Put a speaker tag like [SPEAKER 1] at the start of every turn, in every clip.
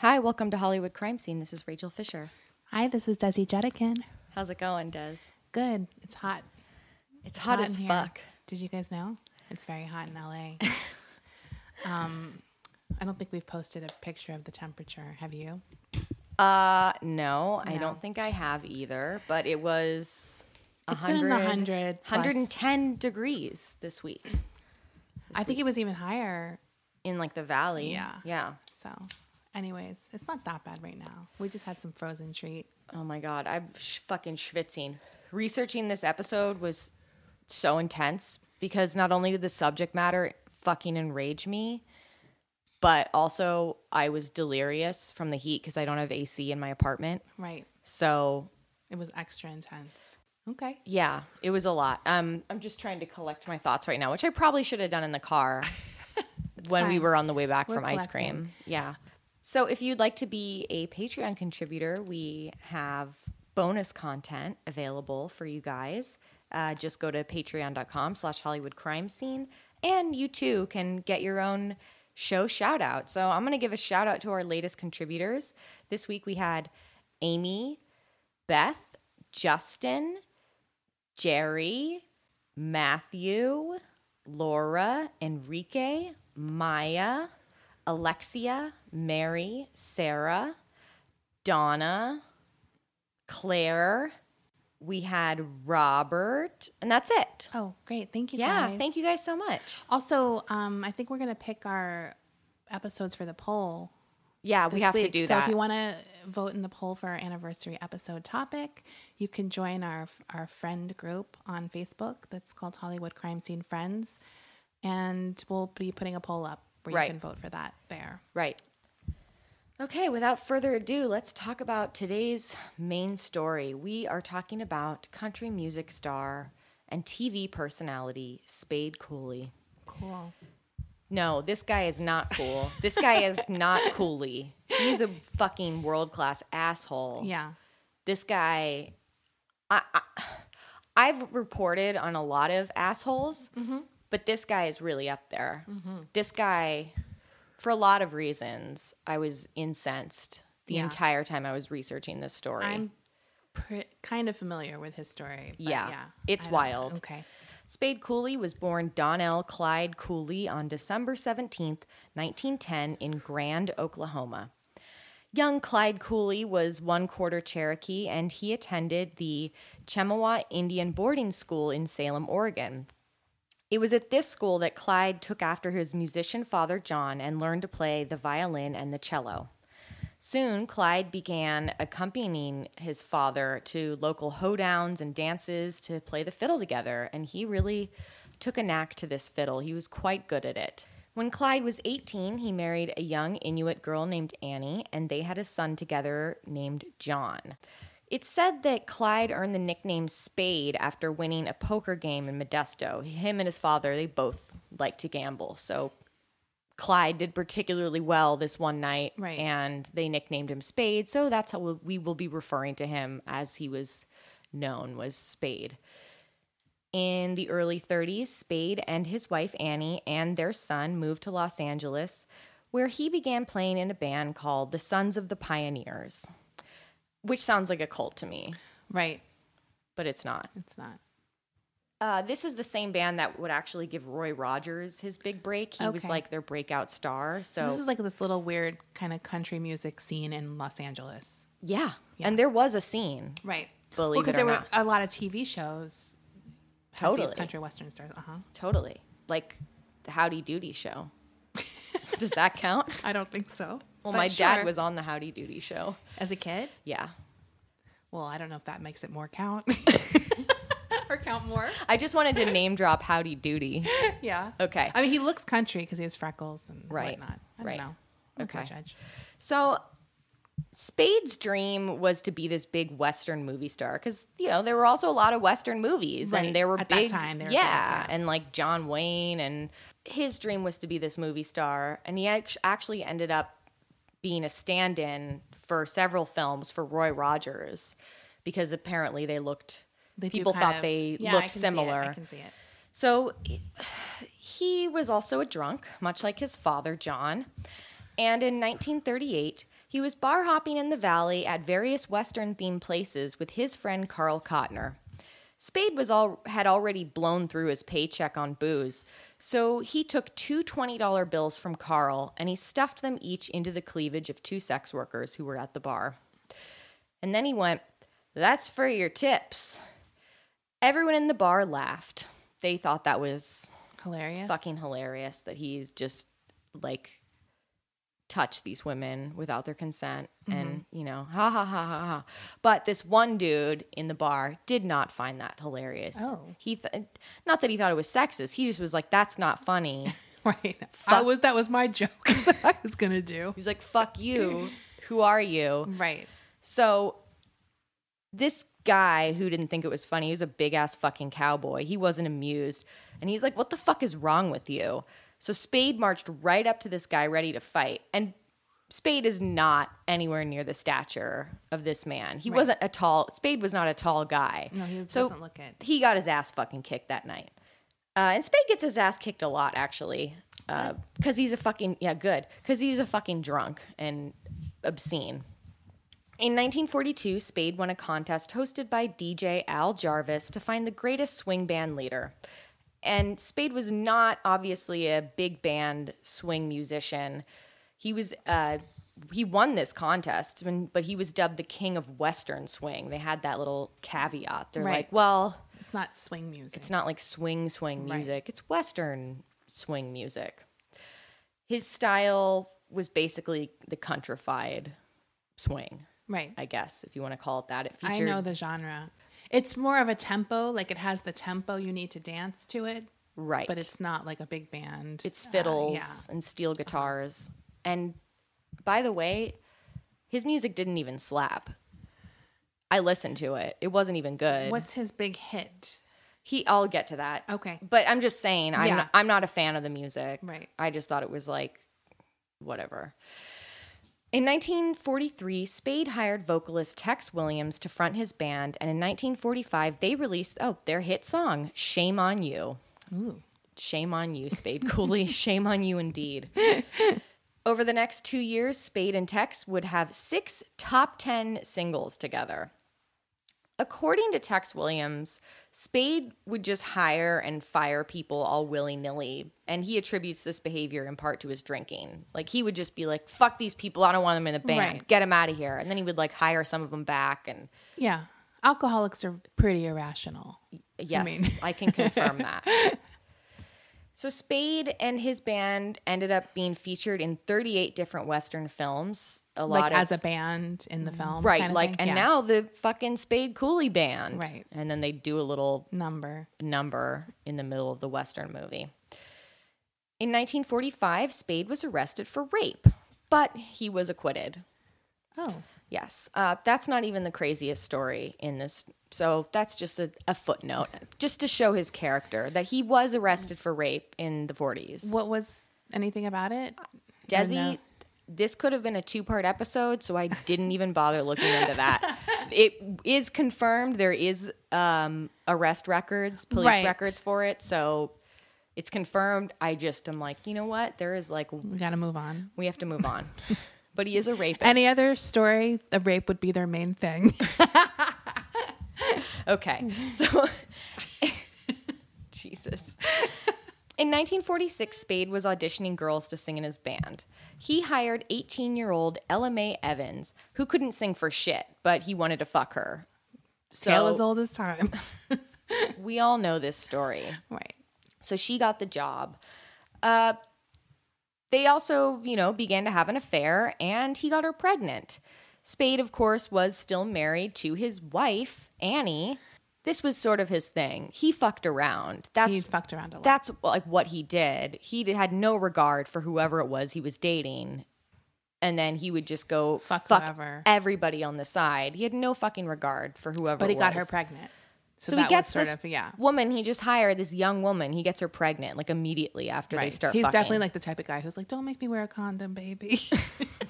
[SPEAKER 1] Hi, welcome to Hollywood Crime Scene. This is Rachel Fisher.
[SPEAKER 2] Hi, this is Desi Jetikin.
[SPEAKER 1] How's it going, Des? It's,
[SPEAKER 2] Good. It's hot.
[SPEAKER 1] hot,
[SPEAKER 2] in
[SPEAKER 1] as
[SPEAKER 2] here.
[SPEAKER 1] fuck.
[SPEAKER 2] Did you guys know? It's very hot in LA. um, I don't think we've posted a picture of the temperature. Have you?
[SPEAKER 1] Uh, no, I
[SPEAKER 2] No.
[SPEAKER 1] don't think I have either, but it was
[SPEAKER 2] It's been in the
[SPEAKER 1] 100
[SPEAKER 2] 100 plus.
[SPEAKER 1] 110 degrees this week
[SPEAKER 2] I think it was even higher.
[SPEAKER 1] in like the valley.
[SPEAKER 2] Yeah.
[SPEAKER 1] Yeah.
[SPEAKER 2] So, anyways, it's not that bad right now. We just had some frozen treat.
[SPEAKER 1] Oh my God. I'm sh- fucking schwitzing. Researching this episode was so intense because not only did the subject matter fucking enrage me, but also I was delirious from the heat because I don't have AC in my apartment.
[SPEAKER 2] Right.
[SPEAKER 1] So
[SPEAKER 2] It was extra intense. Okay.
[SPEAKER 1] yeah, it was a lot. Um, I'm just trying to collect my thoughts right now, which I probably should have done in the car when we
[SPEAKER 2] fine.
[SPEAKER 1] were on the way back
[SPEAKER 2] We're
[SPEAKER 1] from ice
[SPEAKER 2] collecting.
[SPEAKER 1] cream. Yeah. So if you'd like to be a Patreon contributor, we have bonus content available for you guys. Uh, just go to patreon.com slash Hollywood crime scene and you too can get your own show shout out. So I'm going to give a shout out to our latest contributors. This week we had Amy, Beth, Justin, Jerry, Matthew, Laura, Enrique, Maya, Alexia, Mary, Sarah, Donna, Claire. We had Robert, and that's it.
[SPEAKER 2] Oh, great. Thank you
[SPEAKER 1] yeah,
[SPEAKER 2] guys.
[SPEAKER 1] thank you guys so much.
[SPEAKER 2] Also, um, I think we're going to pick our episodes for the poll.
[SPEAKER 1] Yeah, we
[SPEAKER 2] this
[SPEAKER 1] have to
[SPEAKER 2] week.
[SPEAKER 1] do
[SPEAKER 2] so
[SPEAKER 1] that.
[SPEAKER 2] if you want to vote in the poll for our anniversary episode topic, you can join our our friend group on Facebook that's called Hollywood Crime Scene Friends, and we'll be putting a poll up where
[SPEAKER 1] Right.
[SPEAKER 2] you can vote for that there.
[SPEAKER 1] right. Okay, without further ado, let's talk about today's main story. We are talking about country music star and TV personality Spade Cooley.
[SPEAKER 2] Cool.
[SPEAKER 1] No, this guy is not cool. this guy is not coolly. He's a fucking world class asshole.
[SPEAKER 2] Yeah.
[SPEAKER 1] This guy, I, I, I've reported on a lot of assholes,
[SPEAKER 2] Mm-hmm.
[SPEAKER 1] but this guy is really up there. This guy, for a lot of reasons, I was incensed the
[SPEAKER 2] Yeah.
[SPEAKER 1] entire time I was researching this story.
[SPEAKER 2] I'm pre- kind of familiar with his story. but
[SPEAKER 1] Yeah.
[SPEAKER 2] yeah.
[SPEAKER 1] It's
[SPEAKER 2] I don't-
[SPEAKER 1] wild.
[SPEAKER 2] Okay.
[SPEAKER 1] Spade Cooley was born Donnell Clyde Cooley on December 17th, 1910, in Grand, Oklahoma. Young Clyde Cooley was one quarter Cherokee and he attended the Chemawa Indian Boarding School in Salem, Oregon. It was at this school that Clyde took after his musician father John and learned to play the violin and the cello. Soon, Clyde began accompanying his father to local hoedowns and dances to play the fiddle together, and he really took a knack to this fiddle. He was quite good at it. When Clyde was 18, he married a young Inuit girl named Annie, and they had a son together named John. It's said that Clyde earned the nickname Spade after winning a poker game in Modesto. Him and his father, they both liked to gamble, so Clyde did particularly well this one night,
[SPEAKER 2] Right.
[SPEAKER 1] and they nicknamed him Spade. So that's how we'll- we will be referring to him as he was known was Spade. In the early 30s, Spade and his wife Annie and their son moved to Los Angeles, where he began playing in a band called the Sons of the Pioneers, which sounds like a cult to me,
[SPEAKER 2] Right.
[SPEAKER 1] but it's not.
[SPEAKER 2] It's not.
[SPEAKER 1] Uh, this is the same band that would actually give Roy Rogers his big break. He was
[SPEAKER 2] Okay.
[SPEAKER 1] like their breakout star. So,
[SPEAKER 2] So, this is like this little weird kind of country music scene in Los Angeles.
[SPEAKER 1] yeah. and there was a scene.
[SPEAKER 2] Right.
[SPEAKER 1] Believe
[SPEAKER 2] because
[SPEAKER 1] it or
[SPEAKER 2] there
[SPEAKER 1] not.
[SPEAKER 2] were a lot of TV shows. had
[SPEAKER 1] Totally.
[SPEAKER 2] These country western stars. Uh huh.
[SPEAKER 1] Totally. Like the Howdy Doody show. Does that count?
[SPEAKER 2] I don't think so.
[SPEAKER 1] Well,
[SPEAKER 2] But
[SPEAKER 1] my
[SPEAKER 2] sure.
[SPEAKER 1] dad was on the Howdy Doody show.
[SPEAKER 2] as a kid.
[SPEAKER 1] Yeah.
[SPEAKER 2] Well, I don't know if that makes it more count, or count more.
[SPEAKER 1] I just wanted to name drop Howdy Doody.
[SPEAKER 2] Yeah.
[SPEAKER 1] Okay.
[SPEAKER 2] I mean, he looks country because he has freckles and
[SPEAKER 1] Right.
[SPEAKER 2] whatnot. I don't
[SPEAKER 1] Right.
[SPEAKER 2] know. I'm okay.
[SPEAKER 1] Okay.
[SPEAKER 2] Judge.
[SPEAKER 1] So Spade's dream was to be this big Western movie star because you know there were also a lot of Western movies
[SPEAKER 2] Right.
[SPEAKER 1] and there were
[SPEAKER 2] At that
[SPEAKER 1] big
[SPEAKER 2] time, they were big,
[SPEAKER 1] yeah,
[SPEAKER 2] yeah.
[SPEAKER 1] and like John Wayne and his dream was to be this movie star and he act- actually ended up being a stand-in for several films for Roy Rogers because apparently they looked
[SPEAKER 2] They do
[SPEAKER 1] people
[SPEAKER 2] kind
[SPEAKER 1] thought
[SPEAKER 2] of-
[SPEAKER 1] they
[SPEAKER 2] Yeah, I
[SPEAKER 1] looked
[SPEAKER 2] can see it.
[SPEAKER 1] similar.
[SPEAKER 2] I can see it.
[SPEAKER 1] So he was also a drunk, much like his father, John. And in 1938, he was bar hopping in the valley at various Western themed places with his friend Carl Kottner. Spade was all, had already blown through his paycheck on booze, so he took two $20 bills from Carl and he stuffed them each into the cleavage of two sex workers who were at the bar. And then he went, That's for your tips. Everyone in the bar laughed. They thought that was
[SPEAKER 2] Hilarious.
[SPEAKER 1] fucking hilarious that he's just like touched these women without their consent and you know ha ha ha ha ha but this one dude in the bar did not find that hilarious
[SPEAKER 2] Oh.
[SPEAKER 1] he th- not that he thought it was sexist he just was like that's not funny he
[SPEAKER 2] Right. I was that was my joke that I was gonna do.
[SPEAKER 1] was like fuck you who are you
[SPEAKER 2] Right.
[SPEAKER 1] So this guy who didn't think it was funny, he was a big ass fucking cowboy. He wasn't amused. And he's like, What the fuck is wrong with you? So Spade marched right up to this guy ready to fight. And Spade is not anywhere near the stature of this man. He wasn't a tall Spade was not a tall guy.
[SPEAKER 2] No, he
[SPEAKER 1] So
[SPEAKER 2] doesn't look it.
[SPEAKER 1] He got his ass fucking kicked that night. Uh, and Spade gets his ass kicked a lot, actually, because he's a fucking yeah, good, because he's a fucking drunk and obscene. In 1942, Spade won a contest hosted by DJ Al Jarvis to find the greatest swing band leader. And Spade was not obviously a big band swing musician. He was uh, he won this contest, when- but he was dubbed the king of Western swing. They had that little caveat. They're
[SPEAKER 2] Right.
[SPEAKER 1] like, well,
[SPEAKER 2] It's not swing music.
[SPEAKER 1] it's not like swing swing
[SPEAKER 2] Right.
[SPEAKER 1] music. It's western swing music. His style was basically the countrified swing,
[SPEAKER 2] right.
[SPEAKER 1] I guess, if you want to call it that. It
[SPEAKER 2] I
[SPEAKER 1] featured
[SPEAKER 2] know the genre. It's more of a tempo, like it has the tempo you need to dance to it,
[SPEAKER 1] right.
[SPEAKER 2] but it's not like a big band.
[SPEAKER 1] it's
[SPEAKER 2] Uh,
[SPEAKER 1] fiddles
[SPEAKER 2] yeah.
[SPEAKER 1] and steel guitars. And by the way, his music didn't even slap. I listened to it. It wasn't even good.
[SPEAKER 2] What's his big hit?
[SPEAKER 1] He, I'll get to that.
[SPEAKER 2] Okay.
[SPEAKER 1] But I'm just saying, I'm,
[SPEAKER 2] Yeah.
[SPEAKER 1] not, I'm not a fan of the music.
[SPEAKER 2] Right.
[SPEAKER 1] I just thought it was like, whatever. In 1943, Spade hired vocalist Tex Williams to front his band, and in 1945, they released, oh, their hit song, Shame on You.
[SPEAKER 2] Ooh.
[SPEAKER 1] Shame on you, Spade Cooley. Shame on you indeed. Over the next two years, Spade and Tex would have six top 10 singles together. According to Tex Williams, Spade would just hire and fire people all willy nilly. And he attributes this behavior in part to his drinking. Like, he would just be like, fuck these people. I don't want them in the band.
[SPEAKER 2] Right.
[SPEAKER 1] Get them out of here. And then he would like hire some of them back. And
[SPEAKER 2] Yeah. Alcoholics are pretty irrational.
[SPEAKER 1] Yes, I,
[SPEAKER 2] mean-
[SPEAKER 1] can confirm that. So Spade and his band ended up being featured in 38 different Western films. A lot
[SPEAKER 2] Like
[SPEAKER 1] of, Mm.
[SPEAKER 2] as a band in the film.
[SPEAKER 1] right,
[SPEAKER 2] kind of
[SPEAKER 1] like
[SPEAKER 2] thing.
[SPEAKER 1] and
[SPEAKER 2] Yeah.
[SPEAKER 1] now the fucking Spade Cooley band,
[SPEAKER 2] Right.
[SPEAKER 1] And then they do a little
[SPEAKER 2] number.
[SPEAKER 1] number in the middle of the Western movie. In 1945, Spade was arrested for rape, but he was acquitted.
[SPEAKER 2] Oh.
[SPEAKER 1] Yes. Uh, that's not even the craziest story in this. So that's just a, a footnote, just to show his character that he was arrested for rape in the 40s.
[SPEAKER 2] What was anything about it?
[SPEAKER 1] Uh, Desi,
[SPEAKER 2] no.
[SPEAKER 1] this could have been a two part episode, so I didn't even bother looking into that. It is confirmed there is um, arrest records, police
[SPEAKER 2] Right.
[SPEAKER 1] records for it. So it's confirmed. I just am like, you know what? There is like,
[SPEAKER 2] We gotta move on.
[SPEAKER 1] we have to move on. but he is a rapist.
[SPEAKER 2] Any other story, the rape would be their main thing.
[SPEAKER 1] Okay. So, Jesus. In 1946, Spade was auditioning girls to sing in his band. He hired 18 year old Ella Mae Evans, who couldn't sing for shit, but he wanted to fuck her. So,
[SPEAKER 2] Tale as old as time.
[SPEAKER 1] we all know this story.
[SPEAKER 2] right.
[SPEAKER 1] So she got the job. Uh, they also, you know, began to have an affair and he got her pregnant. Spade, of course, was still married to his wife, Annie. This was sort of his thing. He fucked around. That's
[SPEAKER 2] He fucked around a lot.
[SPEAKER 1] that's like what he did. He d- had no regard for whoever it was he was dating. And then he would just go
[SPEAKER 2] Fuck whoever.
[SPEAKER 1] everybody on the side. He had no fucking regard for whoever.
[SPEAKER 2] but he
[SPEAKER 1] it
[SPEAKER 2] got her
[SPEAKER 1] was.
[SPEAKER 2] pregnant. So,
[SPEAKER 1] So,
[SPEAKER 2] that
[SPEAKER 1] he gets
[SPEAKER 2] was
[SPEAKER 1] this
[SPEAKER 2] sort of yeah.
[SPEAKER 1] woman. He just hired this young woman. He gets her pregnant like immediately after they
[SPEAKER 2] Right.
[SPEAKER 1] start.
[SPEAKER 2] He's
[SPEAKER 1] fucking.
[SPEAKER 2] definitely like the type of guy who's like, "Don't make me wear a condom, baby."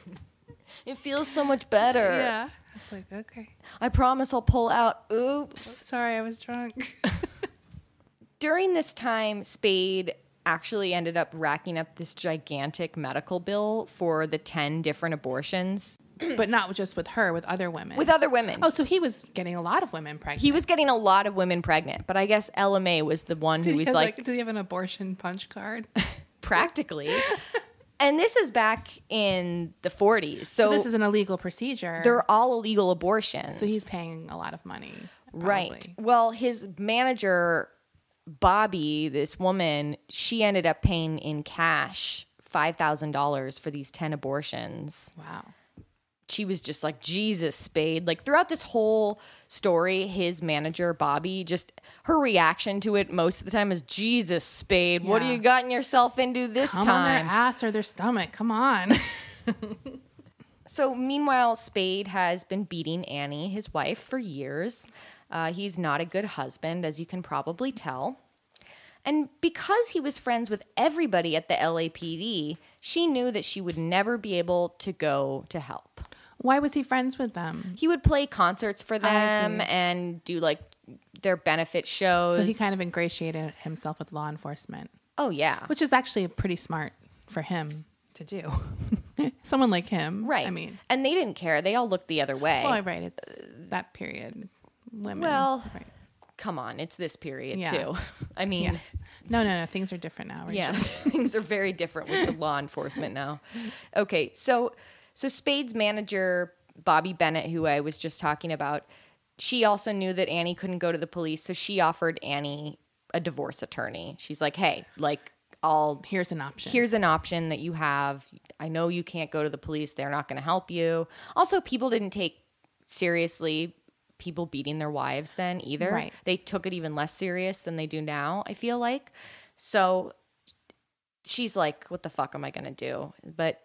[SPEAKER 1] it feels so much better.
[SPEAKER 2] yeah. It's like, okay,
[SPEAKER 1] I promise I'll pull out. Oops.
[SPEAKER 2] sorry, I was drunk.
[SPEAKER 1] during this time, Spade actually ended up racking up this gigantic medical bill for the 10 different abortions
[SPEAKER 2] but not just with her, with other women.
[SPEAKER 1] with other women.
[SPEAKER 2] oh, so he was getting a lot of women pregnant.
[SPEAKER 1] he was getting a lot of women pregnant, but I guess LMA was the one
[SPEAKER 2] Did
[SPEAKER 1] who
[SPEAKER 2] he
[SPEAKER 1] was
[SPEAKER 2] have,
[SPEAKER 1] like,
[SPEAKER 2] like, did he have an abortion punch card?
[SPEAKER 1] practically. and this is back in the 40s. So,
[SPEAKER 2] So, this is an illegal procedure.
[SPEAKER 1] they're all illegal abortions.
[SPEAKER 2] so he's paying a lot of money.
[SPEAKER 1] Right.
[SPEAKER 2] probably.
[SPEAKER 1] Well, his manager, Bobby, this woman, she ended up paying in cash $5,000 for these 10 abortions.
[SPEAKER 2] Wow.
[SPEAKER 1] she was just like Jesus Spade. Like throughout this whole story, his manager Bobby just her reaction to it most of the time is Jesus Spade. What have
[SPEAKER 2] Yeah.
[SPEAKER 1] you gotten yourself into this
[SPEAKER 2] Come on
[SPEAKER 1] time?
[SPEAKER 2] their ass or their stomach. Come on.
[SPEAKER 1] So, meanwhile, Spade has been beating Annie, his wife, for years. Uh, he's not a good husband, as you can probably tell. And because he was friends with everybody at the LAPD, she knew that she would never be able to go to help.
[SPEAKER 2] Why was he friends with them?
[SPEAKER 1] he would play concerts for them and do like their benefit shows.
[SPEAKER 2] So he kind of ingratiated himself with law enforcement,
[SPEAKER 1] oh yeah,
[SPEAKER 2] which is actually pretty smart for him to do. Someone like him.
[SPEAKER 1] right.
[SPEAKER 2] I mean,
[SPEAKER 1] and they didn't care. They all looked the other way.
[SPEAKER 2] well, right. It's that period. Women.
[SPEAKER 1] Well,
[SPEAKER 2] right.
[SPEAKER 1] Come on, it's this period
[SPEAKER 2] Yeah.
[SPEAKER 1] too. I mean,
[SPEAKER 2] yeah. No, no, no. Things are different now. Rachel.
[SPEAKER 1] Yeah, things are very different with the law enforcement now. Okay, so so Spade's manager Bobby Bennett, who I was just talking about, she also knew that Annie couldn't go to the police, so she offered Annie a divorce attorney. She's like, "Hey, like I'll
[SPEAKER 2] Here's an option.
[SPEAKER 1] here's an option that you have. I know you can't go to the police. They're not going to help you. Also, people didn't take seriously people beating their wives then either.
[SPEAKER 2] Right.
[SPEAKER 1] They took it even less serious than they do now, I feel like. So she's like, what the fuck am I going to do? But,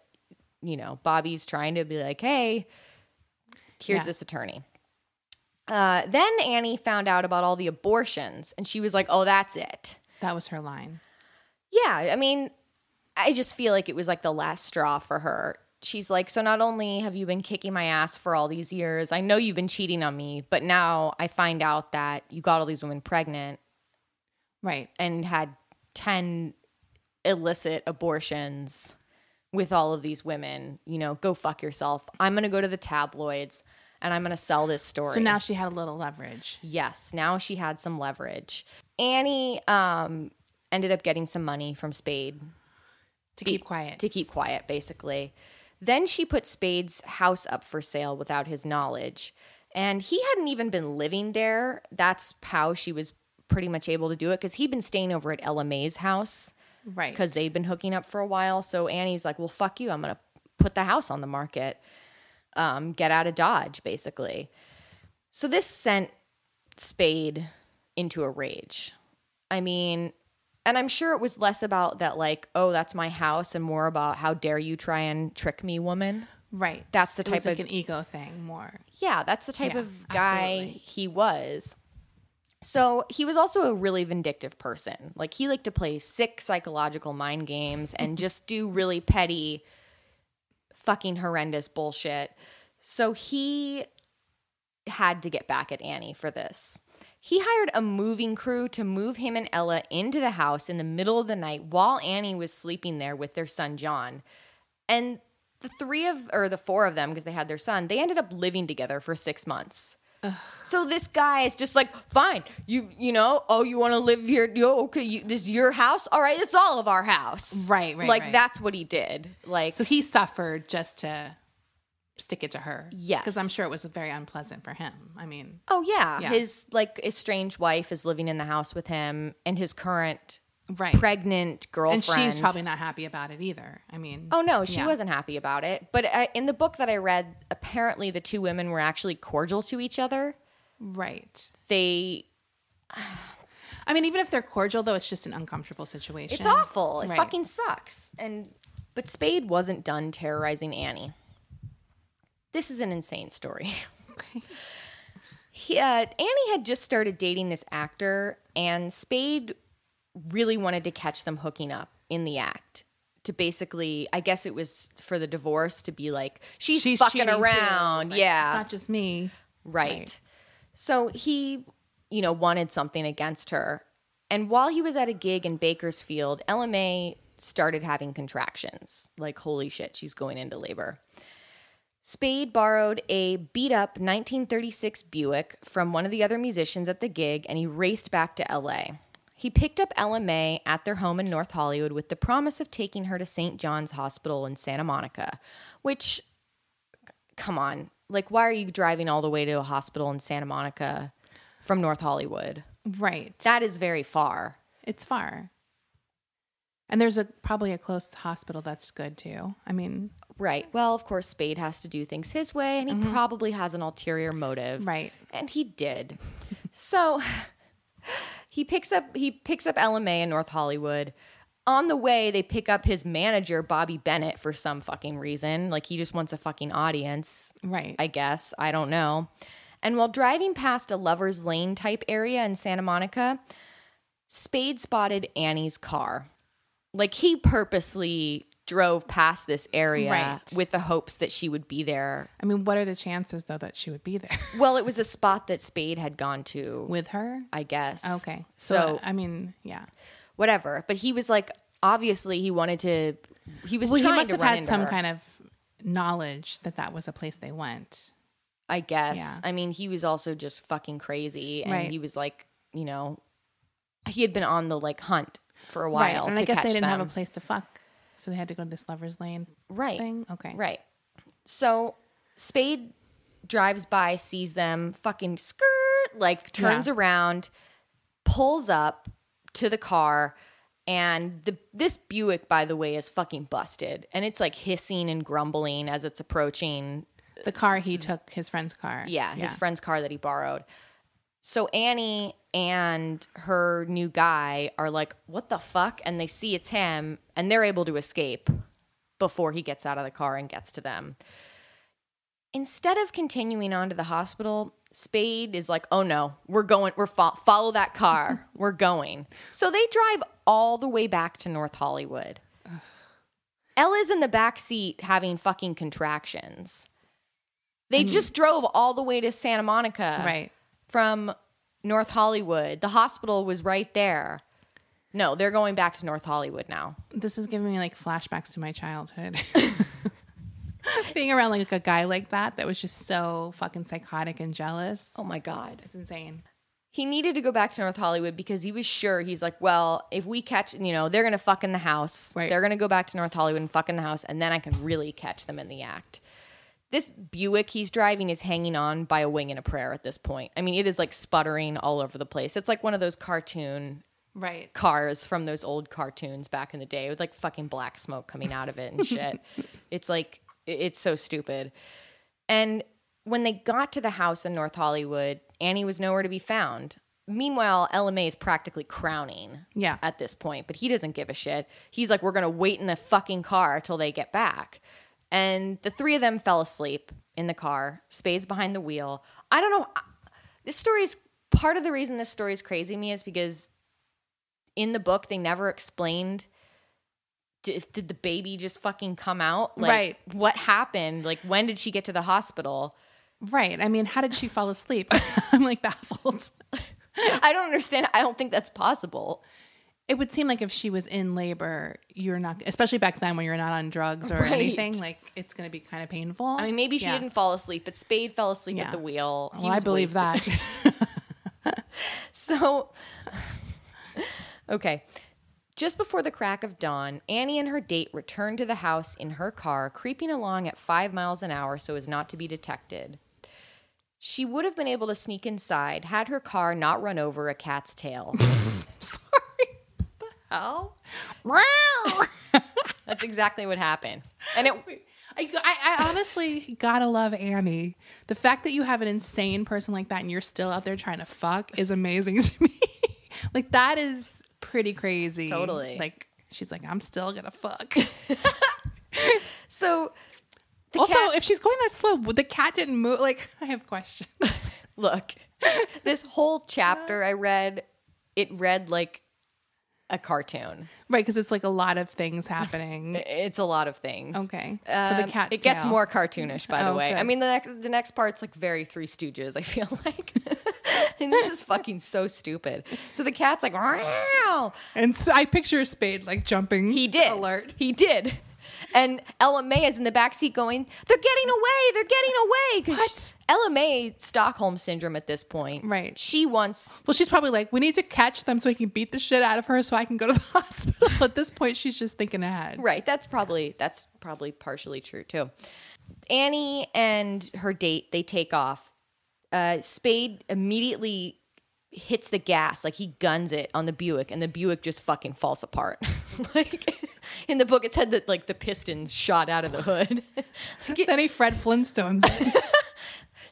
[SPEAKER 1] you know, Bobby's trying to be like, hey, here's
[SPEAKER 2] Yeah.
[SPEAKER 1] this attorney. Uh, then Annie found out about all the abortions and she was like, oh, that's it.
[SPEAKER 2] that was her line.
[SPEAKER 1] Yeah, I mean, I just feel like it was like the last straw for her. She's like, so not only have you been kicking my ass for all these years, I know you've been cheating on me, but now I find out that you got all these women pregnant
[SPEAKER 2] Right.
[SPEAKER 1] and had 10 illicit abortions with all of these women. You know, go fuck yourself. I'm going to go to the tabloids and I'm going to sell this story.
[SPEAKER 2] So now she had a little leverage.
[SPEAKER 1] Yes, now she had some leverage. Annie um, ended up getting some money from Spade
[SPEAKER 2] to
[SPEAKER 1] be-
[SPEAKER 2] keep quiet.
[SPEAKER 1] To keep quiet, basically. Then she put Spade's house up for sale without his knowledge. And he hadn't even been living there. That's how she was pretty much able to do it because he'd been staying over at Ella May's house
[SPEAKER 2] right.
[SPEAKER 1] because they'd been hooking up for a while. So Annie's like, well, fuck you. I'm going to put the house on the market, um, get out of Dodge, basically. So this sent Spade into a rage. I mean, and I'm sure it was less about that, like, oh, that's my house, and more about how dare you try and trick me, woman.
[SPEAKER 2] Right.
[SPEAKER 1] That's the
[SPEAKER 2] It was
[SPEAKER 1] type
[SPEAKER 2] like
[SPEAKER 1] of-
[SPEAKER 2] an ego thing more.
[SPEAKER 1] Yeah, that's the type
[SPEAKER 2] Yeah,
[SPEAKER 1] of guy
[SPEAKER 2] absolutely.
[SPEAKER 1] he was. So he was also a really vindictive person. Like he liked to play sick psychological mind games and just do really petty, fucking horrendous bullshit. So he had to get back at Annie for this. He hired a moving crew to move him and Ella into the house in the middle of the night while Annie was sleeping there with their son John. And the three of or the four of them because they had their son, they ended up living together for 6 months. So this guy is just like, "Fine. You you know, oh, you want to live here? Yo, okay, you, this is your house. All right, it's all of our house."
[SPEAKER 2] Right, right,
[SPEAKER 1] Like
[SPEAKER 2] right.
[SPEAKER 1] that's what he did. Like
[SPEAKER 2] So he suffered just to stick it to her.
[SPEAKER 1] Yes.
[SPEAKER 2] Because I'm sure it was very unpleasant for him. I mean,
[SPEAKER 1] Oh yeah.
[SPEAKER 2] Yeah.
[SPEAKER 1] his like estranged wife is living in the house with him, and his current
[SPEAKER 2] right.
[SPEAKER 1] pregnant
[SPEAKER 2] and
[SPEAKER 1] girlfriend.
[SPEAKER 2] she's probably not happy about it either. I mean,
[SPEAKER 1] Oh no, she
[SPEAKER 2] Yeah.
[SPEAKER 1] wasn't happy about it. But uh, in the book that I read, apparently the two women were actually cordial to each other.
[SPEAKER 2] right.
[SPEAKER 1] They
[SPEAKER 2] I mean, even if they're cordial, though, it's just an uncomfortable situation.
[SPEAKER 1] It's awful. It
[SPEAKER 2] Right.
[SPEAKER 1] fucking sucks. And but Spade wasn't done terrorizing Annie. This is an insane story. he, uh, Annie had just started dating this actor, and Spade really wanted to catch them hooking up in the act. To basically, I guess it was for the divorce to be like she's, fucking
[SPEAKER 2] cheating, too.
[SPEAKER 1] around,
[SPEAKER 2] Like,
[SPEAKER 1] yeah,
[SPEAKER 2] It's not just me.
[SPEAKER 1] Right. So he, you know, wanted something against her. And while he was at a gig in Bakersfield, LMA started having contractions. Like, holy shit, she's going into labor. Spade borrowed a beat up 1936 Buick from one of the other musicians at the gig and he raced back to LA. He picked up Ella May at their home in North Hollywood with the promise of taking her to St. John's Hospital in Santa Monica, which come on. Like, why are you driving all the way to a hospital in Santa Monica from North Hollywood?
[SPEAKER 2] Right.
[SPEAKER 1] That is very far.
[SPEAKER 2] it's far. And there's a probably a close hospital that's good too. I mean,
[SPEAKER 1] Right. Well, of course, Spade has to do things his way, and he probably has an ulterior motive.
[SPEAKER 2] Right.
[SPEAKER 1] And he did. so he picks up he picks up LMA in North Hollywood. On the way, they pick up his manager, Bobby Bennett, for some fucking reason. Like he just wants a fucking audience.
[SPEAKER 2] right.
[SPEAKER 1] I guess. I don't know. And while driving past a lover's lane type area in Santa Monica, Spade spotted Annie's car. Like he purposely drove past this area
[SPEAKER 2] Right.
[SPEAKER 1] with the hopes that she would be there.
[SPEAKER 2] I mean, what are the chances though that she would be there
[SPEAKER 1] Well, it was a spot that Spade had gone to,
[SPEAKER 2] with her?
[SPEAKER 1] I guess.
[SPEAKER 2] Okay.
[SPEAKER 1] So,
[SPEAKER 2] I mean, yeah.
[SPEAKER 1] whatever. But he was like, obviously, he wanted to. He was
[SPEAKER 2] Well, he
[SPEAKER 1] trying
[SPEAKER 2] must
[SPEAKER 1] to
[SPEAKER 2] have
[SPEAKER 1] run
[SPEAKER 2] had
[SPEAKER 1] into
[SPEAKER 2] some
[SPEAKER 1] her,
[SPEAKER 2] kind of knowledge that that was a place they went.
[SPEAKER 1] I guess.
[SPEAKER 2] Yeah.
[SPEAKER 1] I mean, he was also just fucking crazy, and
[SPEAKER 2] Right.
[SPEAKER 1] he was like, you know, he had been on the like hunt for a
[SPEAKER 2] Right.
[SPEAKER 1] while.
[SPEAKER 2] And
[SPEAKER 1] to
[SPEAKER 2] I guess they
[SPEAKER 1] catch
[SPEAKER 2] didn't have a
[SPEAKER 1] them.
[SPEAKER 2] place to fuck. So they had to go to this lover's lane
[SPEAKER 1] right
[SPEAKER 2] thing. Okay.
[SPEAKER 1] Right. So Spade drives by, sees them, fucking skirt, like turns
[SPEAKER 2] Yeah.
[SPEAKER 1] around, pulls up to the car, and the this Buick, by the way, is fucking busted, and it's like hissing and grumbling as it's approaching.
[SPEAKER 2] The car he took, his friend's car.
[SPEAKER 1] Mm-hmm. Yeah, his friend's car that he borrowed. So Annie and her new guy are like, "What the fuck?" and they see it's him, and they're able to escape before he gets out of the car and gets to them. Instead of continuing on to the hospital, Spade is like, "Oh no, we're going. We're fo- follow that car. we're going." So they drive all the way back to North Hollywood. Ella's in the back seat having fucking contractions. They just drove all the way to Santa Monica
[SPEAKER 2] Right.
[SPEAKER 1] from North Hollywood. The hospital was right there. No, they're going back to North Hollywood now.
[SPEAKER 2] This is giving me like flashbacks to my childhood. Being around like a guy like that that was just so fucking psychotic and jealous.
[SPEAKER 1] Oh my God.
[SPEAKER 2] It's insane.
[SPEAKER 1] He needed to go back to North Hollywood because he was sure he's like, well, if we catch, you know, they're going to fuck in the house.
[SPEAKER 2] Right.
[SPEAKER 1] They're going to go back to North Hollywood and fuck in the house, and then I can really catch them in the act. This Buick he's driving is hanging on by a wing and a prayer at this point. I mean, it is like sputtering all over the place. It's like one of those cartoon
[SPEAKER 2] Right.
[SPEAKER 1] cars from those old cartoons back in the day with like fucking black smoke coming out of it and shit. it's like i- it's so stupid. And when they got to the house in North Hollywood, Annie was nowhere to be found. Meanwhile, LMA is practically crowning
[SPEAKER 2] Yeah.
[SPEAKER 1] at this point, but he doesn't give a shit. He's like, we're going to wait in the fucking car till they get back. And the three of them fell asleep in the car, spades behind the wheel. I don't know. I- This story is part of the reason this story is crazy to me is because in the book they never explained did, did the baby just fucking come out like
[SPEAKER 2] Right.
[SPEAKER 1] what happened like when did she get to the hospital
[SPEAKER 2] Right. I mean, how did she fall asleep? I'm like baffled.
[SPEAKER 1] i don't understand i don't think that's possible
[SPEAKER 2] It would seem like if she was in labor, you're not, especially back then when you're not on drugs or
[SPEAKER 1] Right.
[SPEAKER 2] anything, like it's going to be kind of painful.
[SPEAKER 1] i mean maybe she
[SPEAKER 2] Yeah.
[SPEAKER 1] didn't fall asleep but spade fell asleep
[SPEAKER 2] Yeah.
[SPEAKER 1] at the wheel He
[SPEAKER 2] Well, I
[SPEAKER 1] was
[SPEAKER 2] believe
[SPEAKER 1] wasted.
[SPEAKER 2] that.
[SPEAKER 1] So, okay. Just before the crack of dawn, Annie and her date returned to the house in her car, creeping along at five miles an hour so as not to be detected. She would have been able to sneak inside had her car not run over a cat's tail.
[SPEAKER 2] Hell?
[SPEAKER 1] Oh. That's exactly what happened. And it,
[SPEAKER 2] I, I I honestly gotta love Annie. The fact that you have an insane person like that and you're still out there trying to fuck is amazing to me. like that is pretty crazy.
[SPEAKER 1] Totally.
[SPEAKER 2] Like she's like, I'm still gonna fuck.
[SPEAKER 1] So the
[SPEAKER 2] also,
[SPEAKER 1] cat-
[SPEAKER 2] if she's going that slow, the cat didn't move. Like I have questions.
[SPEAKER 1] look, this whole chapter I read, it read like a cartoon.
[SPEAKER 2] right, because it's like a lot of things happening.
[SPEAKER 1] It's a lot of things.
[SPEAKER 2] Okay. so
[SPEAKER 1] Um,
[SPEAKER 2] the cat.
[SPEAKER 1] it gets more cartoonish, by the
[SPEAKER 2] Oh,
[SPEAKER 1] way. I
[SPEAKER 2] good.
[SPEAKER 1] mean, the next the next part's like very Three Stooges. I feel like, and this is fucking so stupid. So the cat's like, wow.
[SPEAKER 2] And so I picture Spade like jumping.
[SPEAKER 1] He did.
[SPEAKER 2] Alert.
[SPEAKER 1] He did. And Ella May is in the back seat going, they're getting away. They're getting away. Because
[SPEAKER 2] What?
[SPEAKER 1] Ella May, Stockholm syndrome at this point.
[SPEAKER 2] Right.
[SPEAKER 1] She wants,
[SPEAKER 2] Well, she's probably like, we need to catch them so he can beat the shit out of her so I can go to the hospital. At this point, she's just thinking ahead.
[SPEAKER 1] right. That's probably, that's probably partially true too. Annie and her date, they take off. Uh, Spade immediately hits the gas. Like he guns it on the Buick and the Buick just fucking falls apart. like in the book, it said that like the pistons shot out of the hood.
[SPEAKER 2] Then he Fred Flintstones. it.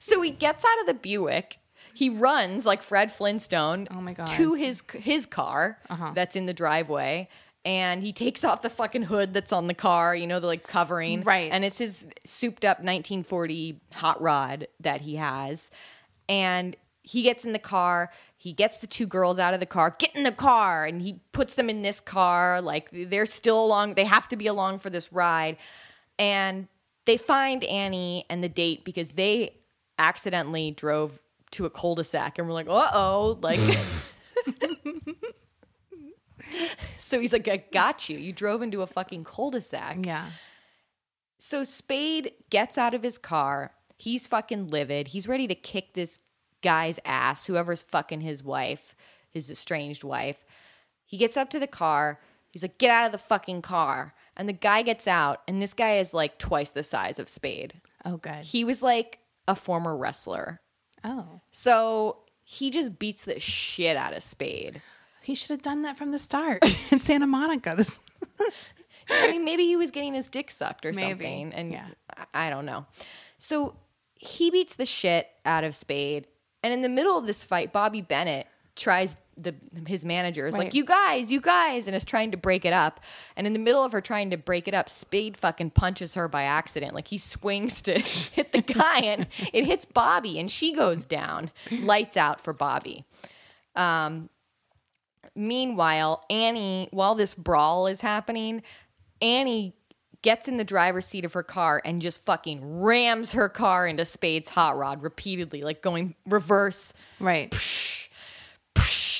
[SPEAKER 1] So he gets out of the Buick. He runs like Fred Flintstone
[SPEAKER 2] Oh my God. Uh-huh.
[SPEAKER 1] to his his car that's in the driveway and he takes off the fucking hood that's on the car, you know, the like covering.
[SPEAKER 2] Right.
[SPEAKER 1] And it's his souped up 1940 hot rod that he has. And he gets in the car. He gets the two girls out of the car. Get in the car. And he puts them in this car. Like they're still along. They have to be along for this ride. And they find Annie and the date because they accidentally drove to a cul-de-sac and we're like, uh oh, like So he's like, I got you. You drove into a fucking cul-de-sac.
[SPEAKER 2] yeah.
[SPEAKER 1] So Spade gets out of his car. He's fucking livid. He's ready to kick this guy's ass, whoever's fucking his wife, his estranged wife. He gets up to the car. He's like, get out of the fucking car. And the guy gets out, and this guy is like twice the size of Spade.
[SPEAKER 2] Oh, good.
[SPEAKER 1] He was like a former wrestler.
[SPEAKER 2] oh.
[SPEAKER 1] So he just beats the shit out of Spade.
[SPEAKER 2] He should have done that from the start in Santa Monica. This
[SPEAKER 1] I mean, maybe he was getting his dick sucked or
[SPEAKER 2] Maybe.
[SPEAKER 1] something. And
[SPEAKER 2] Yeah.
[SPEAKER 1] I- I don't know. So he beats the shit out of Spade. And in the middle of this fight, Bobby Bennett tries the his manager is like,
[SPEAKER 2] Right.
[SPEAKER 1] You guys, you guys, and is trying to break it up. And in the middle of her trying to break it up, Spade fucking punches her by accident. Like he swings to hit the guy and it hits Bobby and she goes down. Lights out for Bobby. Meanwhile, Annie, while this brawl is happening, Annie gets in the driver's seat of her car and just fucking rams her car into Spade's hot rod repeatedly, like going reverse
[SPEAKER 2] right.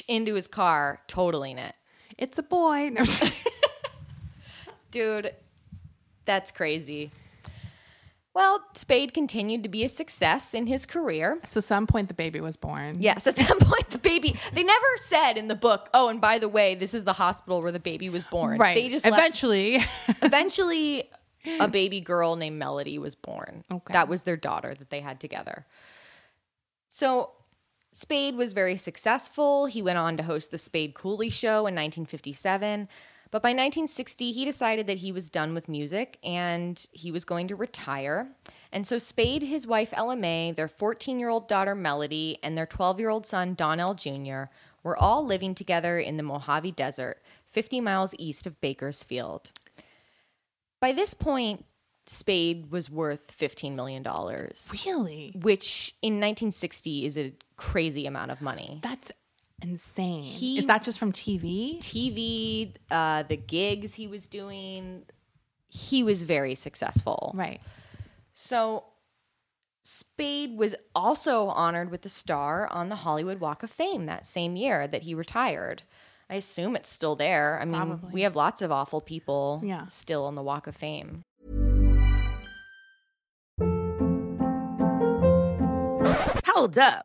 [SPEAKER 1] into his car, totaling it.
[SPEAKER 2] It's a boy. No, I'm just-
[SPEAKER 1] Dude, that's crazy. Well, Spade continued to be a success in his career.
[SPEAKER 2] so, some point the baby was born.
[SPEAKER 1] Yes, at some point the baby they never said in the book, oh, and by the way, this is the hospital where the baby was born.
[SPEAKER 2] Right.
[SPEAKER 1] They just left
[SPEAKER 2] eventually.
[SPEAKER 1] Eventually, a baby girl named Melody was born.
[SPEAKER 2] Okay.
[SPEAKER 1] That was their daughter that they had together. So, Spade was very successful. He went on to host the Spade Cooley Show in 1957. But by 1960, he decided that he was done with music and he was going to retire. And so Spade, his wife Ella May, their 14 year old daughter Melody, and their 12 year old son Donnell Jr. were all living together in the Mojave Desert, 50 miles east of Bakersfield. By this point, Spade was worth $15 million,
[SPEAKER 2] really?
[SPEAKER 1] which in 1960 is a crazy amount of money.
[SPEAKER 2] That's insane.
[SPEAKER 1] He-
[SPEAKER 2] Is that just from TV?
[SPEAKER 1] TV, uh, the gigs he was doing, he was very successful.
[SPEAKER 2] Right.
[SPEAKER 1] So Spade was also honored with a star on the Hollywood Walk of Fame that same year that he retired. I assume it's still there. I mean,
[SPEAKER 2] Probably.
[SPEAKER 1] we have lots of awful people
[SPEAKER 2] Yeah.
[SPEAKER 1] still on the Walk of Fame.
[SPEAKER 3] Hold up.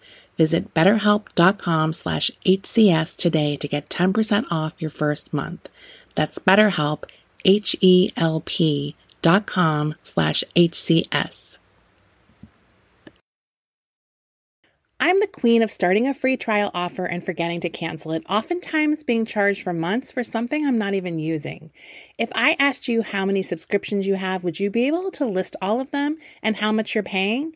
[SPEAKER 4] Visit betterhelp.com slash HCS today to get 10% off your first month. That's betterhelp, H-E-L-P dot com slash HCS. I'm the queen of starting a free trial offer and forgetting to cancel it, oftentimes being charged for months for something I'm not even using. If I asked you how many subscriptions you have, would you be able to list all of them and how much you're paying?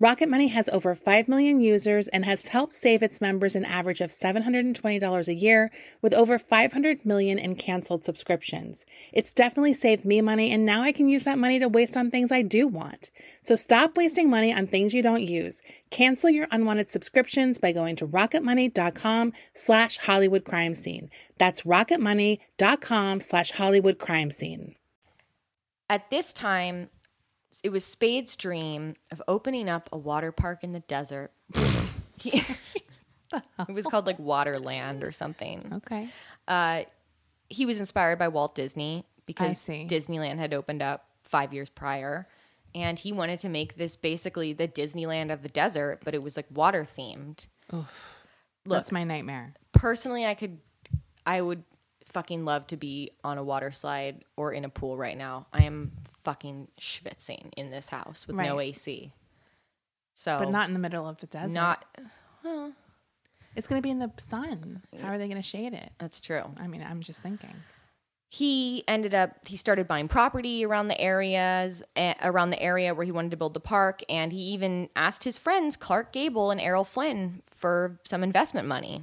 [SPEAKER 4] Rocket Money has over 5 million users and has helped save its members an average of $720 a year with over 500 million in canceled subscriptions. It's definitely saved me money and now I can use that money to waste on things I do want. So stop wasting money on things you don't use. Cancel your unwanted subscriptions by going to rocketmoney.com slash Hollywood crime scene. That's rocketmoney.com slash Hollywood crime scene.
[SPEAKER 1] At this time, it was Spade's dream of opening up a water park in the desert. He- it was called like Waterland or something.
[SPEAKER 2] Okay.
[SPEAKER 1] Uh, he was inspired by Walt Disney because
[SPEAKER 2] see.
[SPEAKER 1] Disneyland had opened up five years prior. And he wanted to make this basically the Disneyland of the desert, but it was like water themed.
[SPEAKER 2] That's my nightmare.
[SPEAKER 1] Personally, I could, I would fucking love to be on a water slide or in a pool right now. I am fucking schwitzing in this house with no
[SPEAKER 2] Right.
[SPEAKER 1] AC. So,
[SPEAKER 2] But not in the middle of the desert.
[SPEAKER 1] Oh. not,
[SPEAKER 2] It's going to be in the sun. How are they going to shade it?
[SPEAKER 1] that's true.
[SPEAKER 2] I mean, I'm just thinking.
[SPEAKER 1] he ended up he started buying property around the areas eh, around the area where he wanted to build the park and he even asked his friends clark gable and errol flynn for some investment money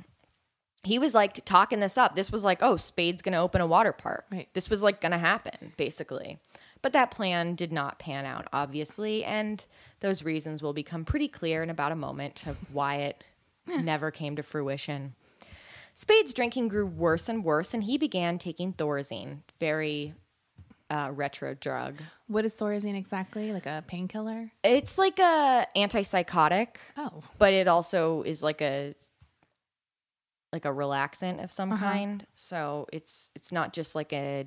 [SPEAKER 1] he was like talking this up this was like oh spade's gonna open a water park
[SPEAKER 2] Right.
[SPEAKER 1] this was like gonna happen basically but that plan did not pan out obviously and those reasons will become pretty clear in about a moment of why it never came to fruition Spade's drinking grew worse and worse, and he began taking Thorazine, very uh, retro drug.
[SPEAKER 2] What is Thorazine exactly? Like a painkiller?
[SPEAKER 1] It's like a antipsychotic,
[SPEAKER 2] Oh,
[SPEAKER 1] but it also is like a like a relaxant of
[SPEAKER 2] Uh-huh.
[SPEAKER 1] some kind. So it's it's not just like a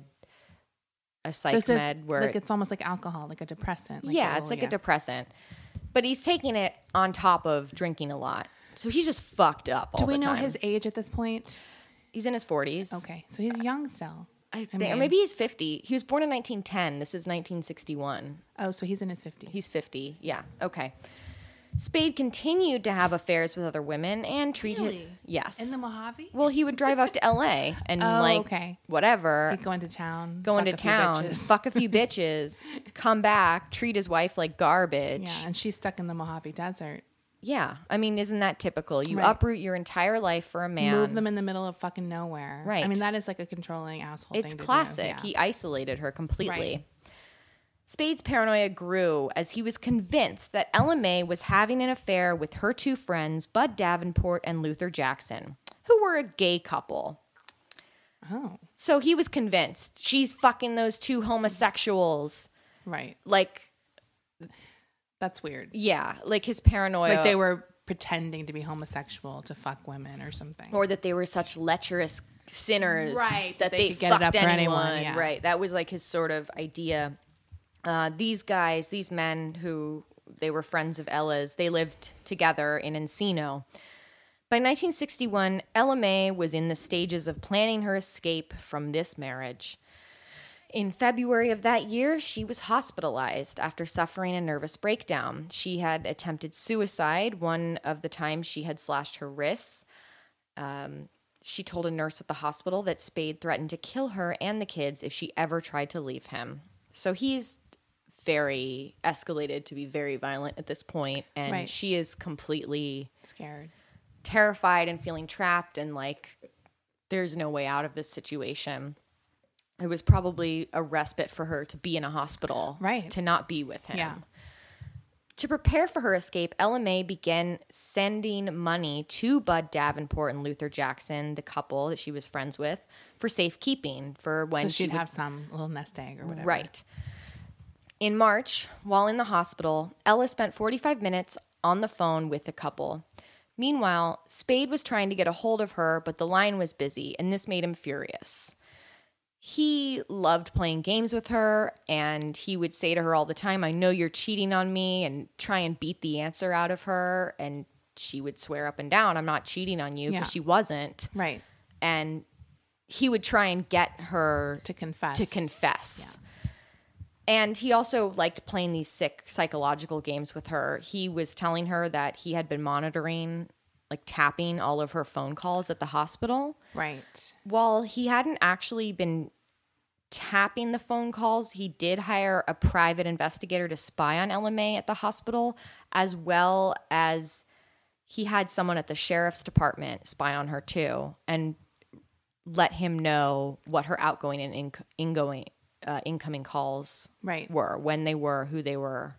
[SPEAKER 1] a psych
[SPEAKER 2] it's a-
[SPEAKER 1] med where
[SPEAKER 2] like
[SPEAKER 1] it-
[SPEAKER 2] it's almost like alcohol, like a depressant.
[SPEAKER 1] yeah, it's like a depressant, but he's taking it on top of drinking a lot. So he's just fucked up. All
[SPEAKER 2] Do we
[SPEAKER 1] the
[SPEAKER 2] know
[SPEAKER 1] time.
[SPEAKER 2] his age at this point?
[SPEAKER 1] He's in his forties.
[SPEAKER 2] Okay, so he's young still.
[SPEAKER 1] Uh, I think, or maybe he's 50. He was born in 1910. This is 1961.
[SPEAKER 2] Oh, so he's in his fifties.
[SPEAKER 1] He's 50. Yeah. Okay. Spade continued to have affairs with other women and treat his, yes.
[SPEAKER 2] in the Mojave.
[SPEAKER 1] well, he would drive out to LA and
[SPEAKER 2] Oh,
[SPEAKER 1] like
[SPEAKER 2] okay.
[SPEAKER 1] whatever,
[SPEAKER 2] Like going to town.
[SPEAKER 1] going to
[SPEAKER 2] fuck a few
[SPEAKER 1] town,
[SPEAKER 2] bitches.
[SPEAKER 1] fuck a few bitches, come back, treat his wife like garbage.
[SPEAKER 2] Yeah, and she's stuck in the Mojave Desert.
[SPEAKER 1] Yeah. I mean, isn't that typical? You
[SPEAKER 2] Right.
[SPEAKER 1] uproot your entire life for a man.
[SPEAKER 2] Move them in the middle of fucking nowhere.
[SPEAKER 1] Right.
[SPEAKER 2] I mean, that is like a controlling asshole.
[SPEAKER 1] It's
[SPEAKER 2] thing to do.
[SPEAKER 1] classic.
[SPEAKER 2] Yeah.
[SPEAKER 1] He isolated her completely. Spade's paranoia grew as he was convinced that Ella May was having an affair with her two friends, Bud Davenport and Luther Jackson, who were a gay couple.
[SPEAKER 2] Oh,
[SPEAKER 1] So he was convinced she's fucking those two homosexuals.
[SPEAKER 2] right.
[SPEAKER 1] Like,
[SPEAKER 2] That's weird.
[SPEAKER 1] yeah, like his paranoia.
[SPEAKER 2] Like they were pretending to be homosexual to fuck women or something.
[SPEAKER 1] or that they were such lecherous sinners
[SPEAKER 2] Right,
[SPEAKER 1] that
[SPEAKER 2] they
[SPEAKER 1] they,
[SPEAKER 2] could get it
[SPEAKER 1] fucked
[SPEAKER 2] up for
[SPEAKER 1] anyone,
[SPEAKER 2] anyone, yeah.
[SPEAKER 1] right that was like his sort of idea uh, these guys these men who they were friends of ella's they lived together in encino by 1961 ella may was in the stages of planning her escape from this marriage in February of that year, she was hospitalized after suffering a nervous breakdown. She had attempted suicide one of the times she had slashed her wrists. Um, she told a nurse at the hospital that Spade threatened to kill her and the kids if she ever tried to leave him. So he's very escalated to be very violent at this point, and
[SPEAKER 2] Right.
[SPEAKER 1] she is completely
[SPEAKER 2] Scared.
[SPEAKER 1] terrified and feeling trapped and like there's no way out of this situation. It was probably a respite for her to be in a hospital,
[SPEAKER 2] Right.
[SPEAKER 1] To not be with him.
[SPEAKER 2] Yeah.
[SPEAKER 1] To prepare for her escape, Ella May began sending money to Bud Davenport and Luther Jackson, the couple that she was friends with, for safekeeping for when
[SPEAKER 2] so
[SPEAKER 1] she
[SPEAKER 2] she'd
[SPEAKER 1] would
[SPEAKER 2] have some little nest egg or whatever.
[SPEAKER 1] Right. In March, while in the hospital, Ella spent 45 minutes on the phone with the couple. Meanwhile, Spade was trying to get a hold of her, but the line was busy, and this made him furious. He loved playing games with her, and he would say to her all the time, I know you're cheating on me, and try and beat the answer out of her. And she would swear up and down, I'm not cheating on you,
[SPEAKER 2] Yeah.
[SPEAKER 1] because she wasn't.
[SPEAKER 2] Right.
[SPEAKER 1] And he would try and get her
[SPEAKER 2] To confess.
[SPEAKER 1] to confess. And he also liked playing these sick psychological games with her. He was telling her that he had been monitoring, like tapping all of her phone calls at the hospital.
[SPEAKER 2] Right.
[SPEAKER 1] While he hadn't actually been tapping the phone calls, he did hire a private investigator to spy on LMA at the hospital, as well as he had someone at the sheriff's department spy on her too and let him know what her outgoing and inc- ingoing, uh, incoming calls
[SPEAKER 2] Right.
[SPEAKER 1] were, when they were, who they were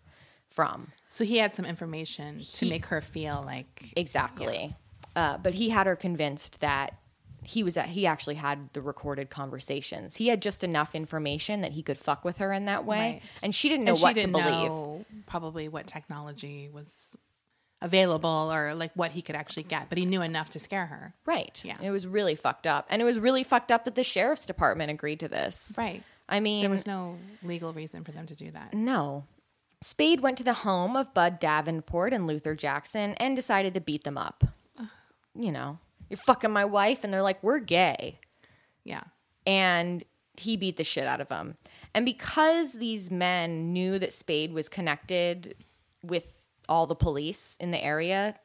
[SPEAKER 1] from.
[SPEAKER 2] So he had some information to make her feel like
[SPEAKER 1] Exactly. Uh, but he had her convinced that he was at, he actually had the recorded conversations. He had just enough information that he could fuck with her in that way,
[SPEAKER 2] Right.
[SPEAKER 1] and she didn't know
[SPEAKER 2] and
[SPEAKER 1] what
[SPEAKER 2] she didn't
[SPEAKER 1] to believe.
[SPEAKER 2] know probably what technology was available or like what he could actually get, but he knew enough to scare her.
[SPEAKER 1] Right.
[SPEAKER 2] Yeah.
[SPEAKER 1] It was really fucked up, and it was really fucked up that the sheriff's department agreed to this.
[SPEAKER 2] Right.
[SPEAKER 1] I mean,
[SPEAKER 2] There was no legal reason for them to do that.
[SPEAKER 1] No. Spade went to the home of Bud Davenport and Luther Jackson and decided to beat them up. You know, you're fucking my wife. And they're like, we're gay.
[SPEAKER 2] Yeah.
[SPEAKER 1] And he beat the shit out of them. And because these men knew that Spade was connected with all the police in the area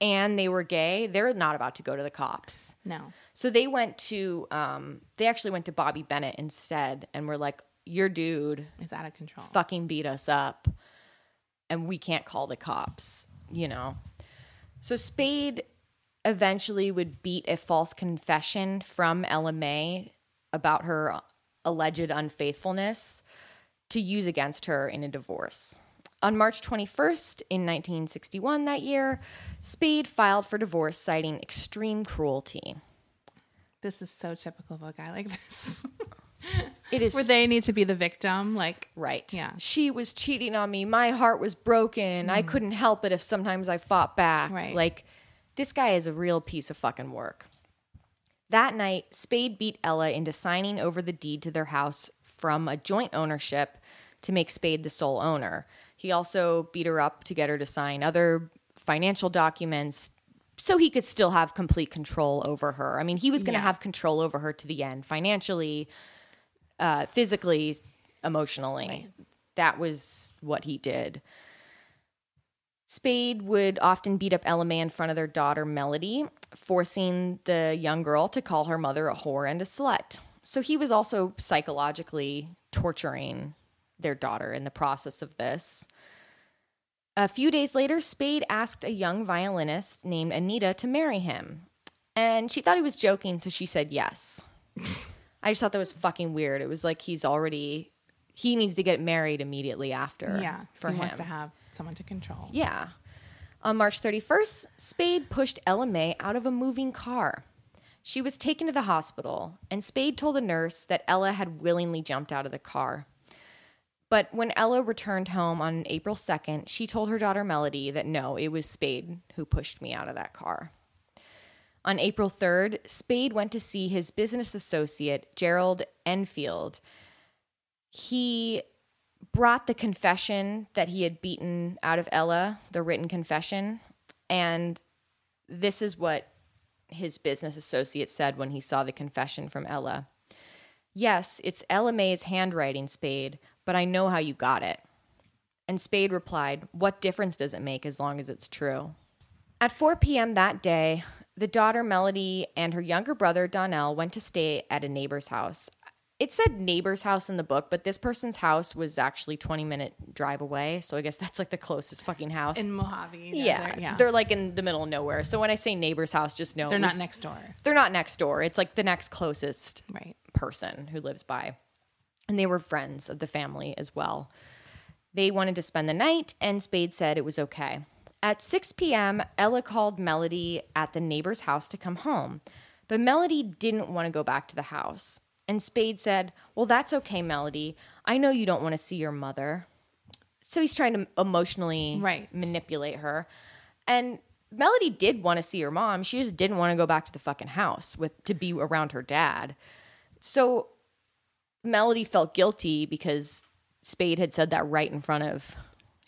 [SPEAKER 1] and they were gay, they're not about to go to the cops.
[SPEAKER 2] No.
[SPEAKER 1] So they went to, um, they actually went to Bobby Bennett instead and were like, your dude
[SPEAKER 2] It's out of control.
[SPEAKER 1] fucking beat us up and we can't call the cops, you know. So Spade eventually would beat a false confession from Ella May about her alleged unfaithfulness to use against her in a divorce. On March 21st, in 1961, that year, Spade filed for divorce, citing extreme cruelty.
[SPEAKER 2] This is so typical of a guy like this.
[SPEAKER 1] It is
[SPEAKER 2] Where they need to be the victim, like
[SPEAKER 1] Right.
[SPEAKER 2] Yeah. Mm.
[SPEAKER 1] She was cheating on me. My heart was broken. I couldn't help it if sometimes I fought back.
[SPEAKER 2] Right.
[SPEAKER 1] Like, this guy is a real piece of fucking work. That night, Spade beat Ella into signing over the deed to their house from a joint ownership to make Spade the sole owner. He also beat her up to get her to sign other financial documents so he could still have complete control over her. I mean, he was going to have control over her to the end financially, uh, physically, emotionally. That was what he did. Spade would often beat up Ella May in front of their daughter Melody, forcing the young girl to call her mother a whore and a slut. So he was also psychologically torturing their daughter in the process of this. A few days later, Spade asked a young violinist named Anita to marry him. And she thought he was joking, so she said yes. I just thought that was fucking weird. It was like he's already, he needs to get married immediately after.
[SPEAKER 2] yeah.
[SPEAKER 1] for
[SPEAKER 2] so he
[SPEAKER 1] him.
[SPEAKER 2] wants to have someone to control.
[SPEAKER 1] Yeah. On March 31st, Spade pushed Ella May out of a moving car. She was taken to the hospital, and Spade told the nurse that Ella had willingly jumped out of the car. But when Ella returned home on April 2nd, she told her daughter Melody that no, it was Spade who pushed me out of that car. On April 3rd, Spade went to see his business associate, Gerald Enfield. He brought the confession that he had beaten out of Ella, the written confession, and this is what his business associate said when he saw the confession from Ella. Yes, it's Ella May's handwriting, Spade, but I know how you got it. And Spade replied, What difference does it make as long as it's true? At 4 p.m. that day, the daughter Melody and her younger brother Donnell went to stay at a neighbor's house. It said neighbor's house in the book, but this person's house was actually 20 minute drive away, so I guess that's like the closest fucking house.
[SPEAKER 2] in Mojave.
[SPEAKER 1] yeah,
[SPEAKER 2] Desert, yeah.
[SPEAKER 1] they're like in the middle of nowhere. So when I say neighbor's house, just know it
[SPEAKER 2] They're not
[SPEAKER 1] was-
[SPEAKER 2] next door,
[SPEAKER 1] They're not next door. It's like the next closest
[SPEAKER 2] right?
[SPEAKER 1] person who lives by. And they were friends of the family as well. They wanted to spend the night, and Spade said it was okay. At 6 p.m., Ella called Melody at the neighbor's house to come home, but Melody didn't want to go back to the house. And Spade said, Well, that's okay, Melody. I know you don't want to see your mother. So he's trying to emotionally
[SPEAKER 2] Right.
[SPEAKER 1] manipulate her. And Melody did want to see her mom. She just didn't want to go back to the fucking house with to be around her dad. So Melody felt guilty because Spade had said that right in front of.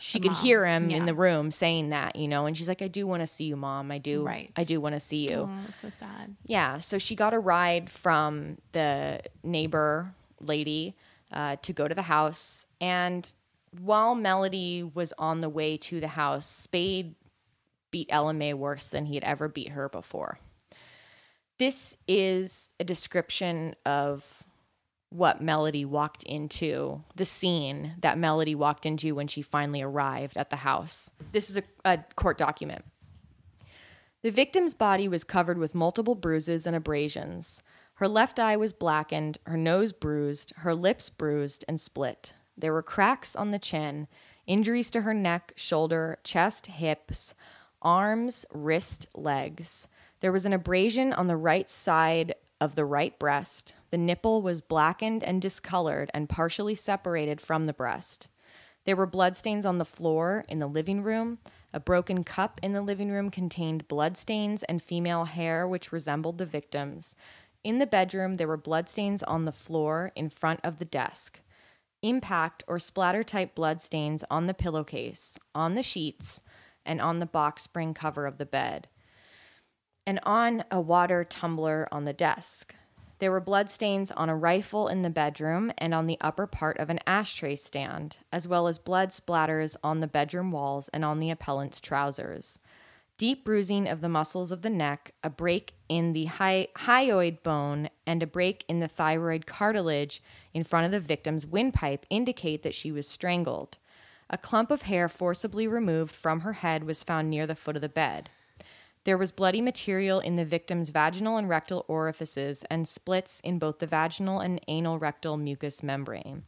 [SPEAKER 1] She could hear him in the room saying that, you know, and she's like, "I do want to see you, mom. I do.
[SPEAKER 2] Right.
[SPEAKER 1] I do want to see you."
[SPEAKER 2] Oh, that's so sad.
[SPEAKER 1] Yeah. So she got a ride from the neighbor lady uh, to go to the house. And while Melody was on the way to the house, Spade beat Ella May worse than he had ever beat her before. This is a description of what Melody walked into, the scene that Melody walked into when she finally arrived at the house. This is a, a court document. The victim's body was covered with multiple bruises and abrasions. Her left eye was blackened, her nose bruised, her lips bruised and split. There were cracks on the chin, injuries to her neck, shoulder, chest, hips, arms, wrist, legs. There was an abrasion on the right side of the right breast. The nipple was blackened and discolored and partially separated from the breast. There were bloodstains on the floor in the living room. A broken cup in the living room contained bloodstains and female hair, which resembled the victim's. In the bedroom, there were bloodstains on the floor in front of the desk. Impact or splatter type bloodstains on the pillowcase, on the sheets, and on the box spring cover of the bed and on a water tumbler on the desk. There were bloodstains on a rifle in the bedroom and on the upper part of an ashtray stand, as well as blood splatters on the bedroom walls and on the appellant's trousers. Deep bruising of the muscles of the neck, a break in the hy- hyoid bone, and a break in the thyroid cartilage in front of the victim's windpipe indicate that she was strangled. A clump of hair forcibly removed from her head was found near the foot of the bed. There was bloody material in the victim's vaginal and rectal orifices and splits in both the vaginal and anal rectal mucous membrane.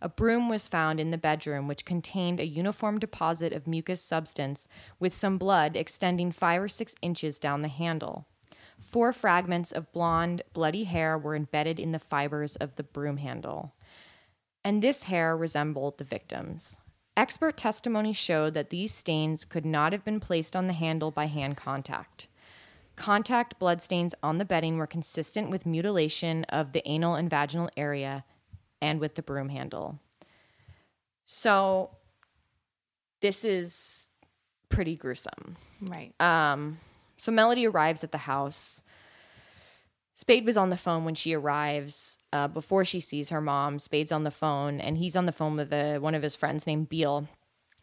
[SPEAKER 1] A broom was found in the bedroom, which contained a uniform deposit of mucous substance with some blood extending five or six inches down the handle. Four fragments of blonde, bloody hair were embedded in the fibers of the broom handle and this hair resembled the victim's. Expert testimony showed that these stains could not have been placed on the handle by hand contact. Contact bloodstains on the bedding were consistent with mutilation of the anal and vaginal area and with the broom handle. So, this is pretty gruesome.
[SPEAKER 2] Right.
[SPEAKER 1] um, So Melody arrives at the house. Spade was on the phone when she arrives. Uh, before she sees her mom, Spade's on the phone, and he's on the phone with uh one of his friends named Beal.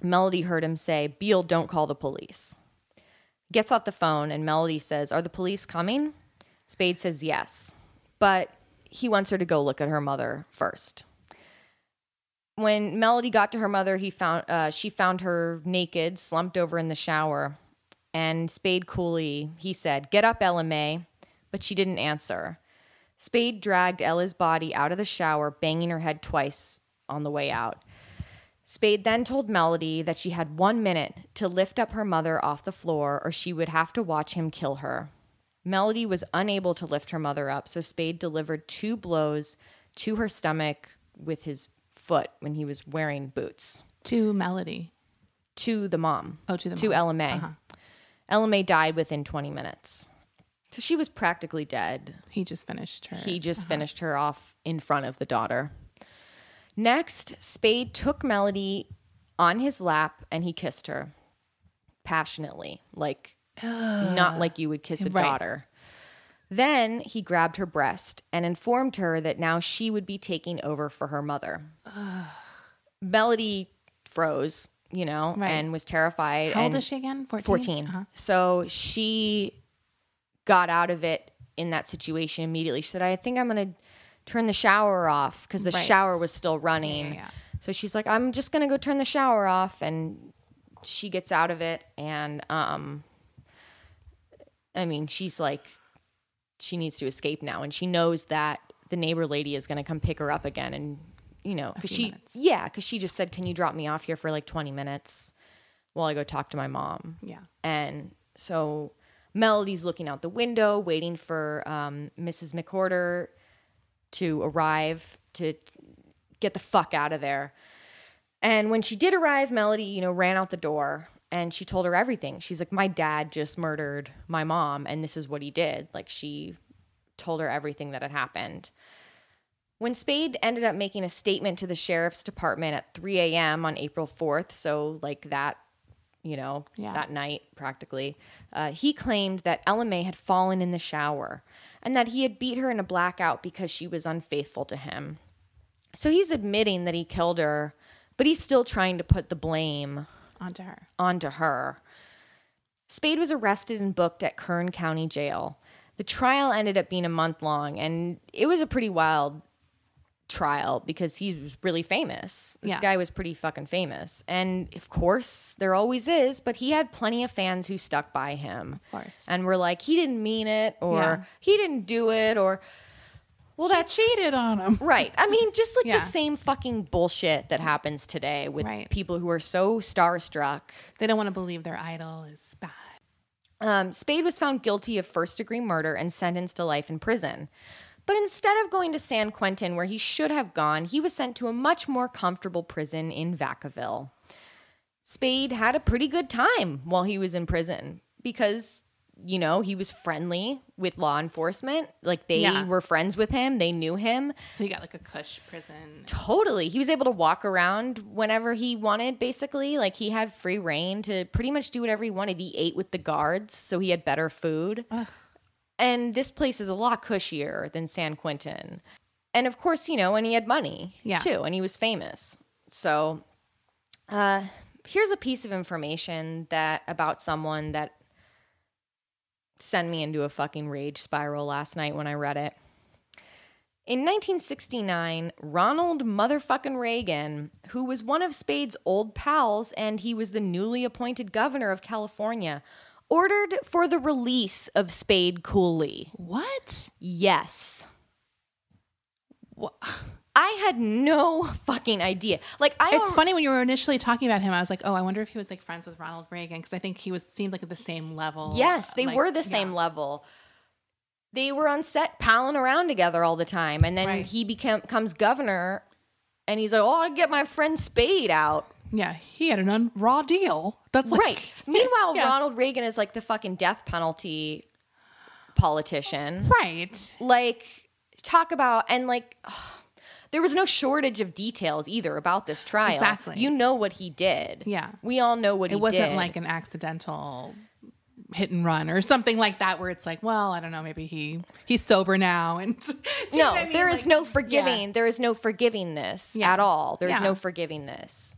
[SPEAKER 1] Melody heard him say, "Beal, don't call the police." Gets off the phone, and Melody says, "Are the police coming?" Spade says, "Yes," but he wants her to go look at her mother first when Melody got to her mother, he found uh, she found her naked, slumped over in the shower, and Spade coolly he said, "Get up, Ella May," but she didn't answer. Spade dragged Ella's body out of the shower, banging her head twice on the way out. Spade then told Melody that she had one minute to lift up her mother off the floor, or she would have to watch him kill her. Melody was unable to lift her mother up, so Spade delivered two blows to her stomach with his foot when he was wearing boots
[SPEAKER 2] To Melody.
[SPEAKER 1] to the Uh-huh. mom.
[SPEAKER 2] Oh, to the
[SPEAKER 1] to
[SPEAKER 2] mom.
[SPEAKER 1] LMA. LMA died within 20 minutes. So she was practically dead. Uh-huh.
[SPEAKER 2] He just finished her.
[SPEAKER 1] He just finished her off in front of the daughter. Next, Spade took Melody on his lap and he kissed her passionately, like not like you would kiss a
[SPEAKER 2] Right.
[SPEAKER 1] daughter. Then he grabbed her breast and informed her that now she would be taking over for her mother. Melody froze, you know,
[SPEAKER 2] Right.
[SPEAKER 1] and was terrified.
[SPEAKER 2] How old
[SPEAKER 1] and-
[SPEAKER 2] is she again? 14?
[SPEAKER 1] 14.
[SPEAKER 2] Uh-huh.
[SPEAKER 1] So she got out of it in that situation immediately. She said, I think I'm going to turn the shower off because the
[SPEAKER 2] Right.
[SPEAKER 1] shower was still running.
[SPEAKER 2] yeah.
[SPEAKER 1] So she's like, I'm just going to go turn the shower off. And she gets out of it. And, um, I mean, she's like, she needs to escape now. And she knows that the neighbor lady is going to come pick her up again. And, you know, because she, yeah, because she just said, Can you drop me off here for like 20 minutes while I go talk to my mom?
[SPEAKER 2] Yeah.
[SPEAKER 1] And so Melody's looking out the window, waiting for um, Mrs. McCorder to arrive to get the fuck out of there. And when she did arrive, Melody, you know, ran out the door and she told her everything. She's like, My dad just murdered my mom, and this is what he did. Like, she told her everything that had happened. When Spade ended up making a statement to the sheriff's department at 3 a.m. on April 4th, so like that, you know,
[SPEAKER 2] Yeah.
[SPEAKER 1] that night practically, uh, he claimed that LMA had fallen in the shower and that he had beat her in a blackout because she was unfaithful to him. So he's admitting that he killed her, but he's still trying to put the blame
[SPEAKER 2] Onto her.
[SPEAKER 1] onto her. Spade was arrested and booked at Kern County Jail. The trial ended up being a month long, and it was a pretty wild trial because he was really famous. This
[SPEAKER 2] Yeah.
[SPEAKER 1] guy was pretty fucking famous. And of course, there always is, but he had plenty of fans who stuck by him. Of
[SPEAKER 2] course.
[SPEAKER 1] And were like, he didn't mean it, or
[SPEAKER 2] Yeah.
[SPEAKER 1] he didn't do it, or, well, that that's
[SPEAKER 2] Cheated on him.
[SPEAKER 1] Right. I mean, just like
[SPEAKER 2] Yeah.
[SPEAKER 1] the same fucking bullshit that happens today with
[SPEAKER 2] Right.
[SPEAKER 1] people who are so starstruck.
[SPEAKER 2] They don't want to believe their idol is bad.
[SPEAKER 1] Um, Spade was found guilty of first degree murder and sentenced to life in prison. But instead of going to San Quentin, where he should have gone, he was sent to a much more comfortable prison in Vacaville. Spade had a pretty good time while he was in prison because, you know, he was friendly with law enforcement. Like they
[SPEAKER 2] Yeah.
[SPEAKER 1] were friends with him, they knew him.
[SPEAKER 2] So he got like a cush prison.
[SPEAKER 1] Totally. He was able to walk around whenever he wanted, basically. Like he had free reign to pretty much do whatever he wanted. He ate with the guards, so he had better food. And this place is a lot cushier than San Quentin. And of course, you know, and he had money
[SPEAKER 2] Yeah.
[SPEAKER 1] too, and he was famous. So uh here's a piece of information that about someone that sent me into a fucking rage spiral last night when I read it. In 1969, Ronald motherfucking Reagan, who was one of Spade's old pals and he was the newly appointed governor of California, ordered for the release of Spade Cooley.
[SPEAKER 2] What?
[SPEAKER 1] Yes.
[SPEAKER 2] Wha-
[SPEAKER 1] I had no fucking idea. Like I
[SPEAKER 2] It's
[SPEAKER 1] al-
[SPEAKER 2] funny when you were initially talking about him, I was like, oh, I wonder if he was like friends with Ronald Reagan because I think he was seemed like at the same level.
[SPEAKER 1] Yes, they
[SPEAKER 2] like-
[SPEAKER 1] were the
[SPEAKER 2] yeah.
[SPEAKER 1] same level. They were on set palling around together all the time, and then
[SPEAKER 2] Right.
[SPEAKER 1] he became, becomes governor, and he's like, "Oh, I'll get my friend Spade out."
[SPEAKER 2] Yeah, he had an un- raw deal. That's like,
[SPEAKER 1] right. Meanwhile,
[SPEAKER 2] Yeah.
[SPEAKER 1] Ronald Reagan is like the fucking death penalty politician.
[SPEAKER 2] Right.
[SPEAKER 1] Like, talk about and like, there was no shortage of details either about this trial.
[SPEAKER 2] Exactly.
[SPEAKER 1] You know what he did.
[SPEAKER 2] Yeah.
[SPEAKER 1] We all know what
[SPEAKER 2] It
[SPEAKER 1] he
[SPEAKER 2] wasn't
[SPEAKER 1] did.
[SPEAKER 2] like an accidental hit and run or something like that where it's like, well, I don't know, maybe he he's sober now and Do you know
[SPEAKER 1] no,
[SPEAKER 2] what I mean?
[SPEAKER 1] there is
[SPEAKER 2] Like,
[SPEAKER 1] no forgiving. There is no forgiving this
[SPEAKER 2] Yeah.
[SPEAKER 1] at all. There's
[SPEAKER 2] Yeah.
[SPEAKER 1] no forgiving this.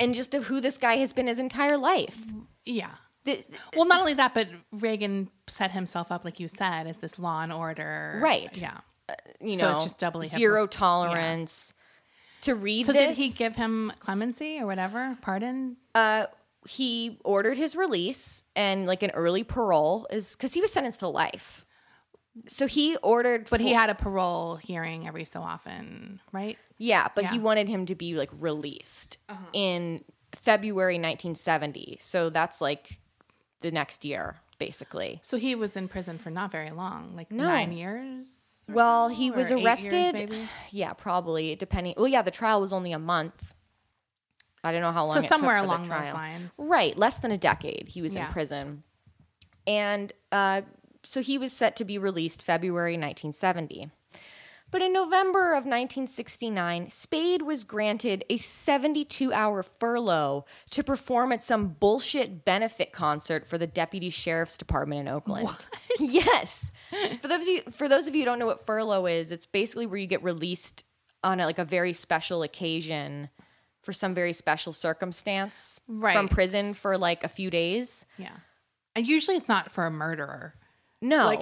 [SPEAKER 1] And just of who this guy has been his entire life.
[SPEAKER 2] Yeah.
[SPEAKER 1] This,
[SPEAKER 2] Well, not only that, but Reagan set himself up, like you said, as this law and order.
[SPEAKER 1] Right.
[SPEAKER 2] Yeah.
[SPEAKER 1] you
[SPEAKER 2] So
[SPEAKER 1] know,
[SPEAKER 2] it's just doubly hypocr-
[SPEAKER 1] zero tolerance. To read
[SPEAKER 2] So
[SPEAKER 1] this,
[SPEAKER 2] did he give him clemency or whatever? Pardon?
[SPEAKER 1] he ordered his release and like an early parole is because he was sentenced to life. So he ordered,
[SPEAKER 2] But he
[SPEAKER 1] for-
[SPEAKER 2] had a parole hearing every so often, right?
[SPEAKER 1] yeah, but he
[SPEAKER 2] Yeah. Uh-huh.
[SPEAKER 1] wanted him to be like released in February 1970. So that's like the next year. basically.
[SPEAKER 2] So he was in prison for not very long, like
[SPEAKER 1] No.
[SPEAKER 2] nine years. or
[SPEAKER 1] Well,
[SPEAKER 2] so,
[SPEAKER 1] he was
[SPEAKER 2] or eight years,
[SPEAKER 1] arrested.
[SPEAKER 2] maybe?
[SPEAKER 1] Yeah, probably depending. Well, yeah, the trial was only a month. I don't know how long.
[SPEAKER 2] So
[SPEAKER 1] it took
[SPEAKER 2] somewhere
[SPEAKER 1] for the
[SPEAKER 2] along those
[SPEAKER 1] trial.
[SPEAKER 2] lines.
[SPEAKER 1] right? Less than a decade he was
[SPEAKER 2] Yeah.
[SPEAKER 1] in prison, and uh, so he was set to be released February 1970. But in November of 1969, Spade was granted a 72 hour furlough to perform at some bullshit benefit concert for the deputy sheriff's department in Oakland. Yes. For those of you, for those of you who don't know what furlough is, it's basically where you get released on a, like a very special occasion for some very special circumstance from
[SPEAKER 2] Right.
[SPEAKER 1] prison for like a few days.
[SPEAKER 2] Yeah. And usually it's not for a murderer.
[SPEAKER 1] No.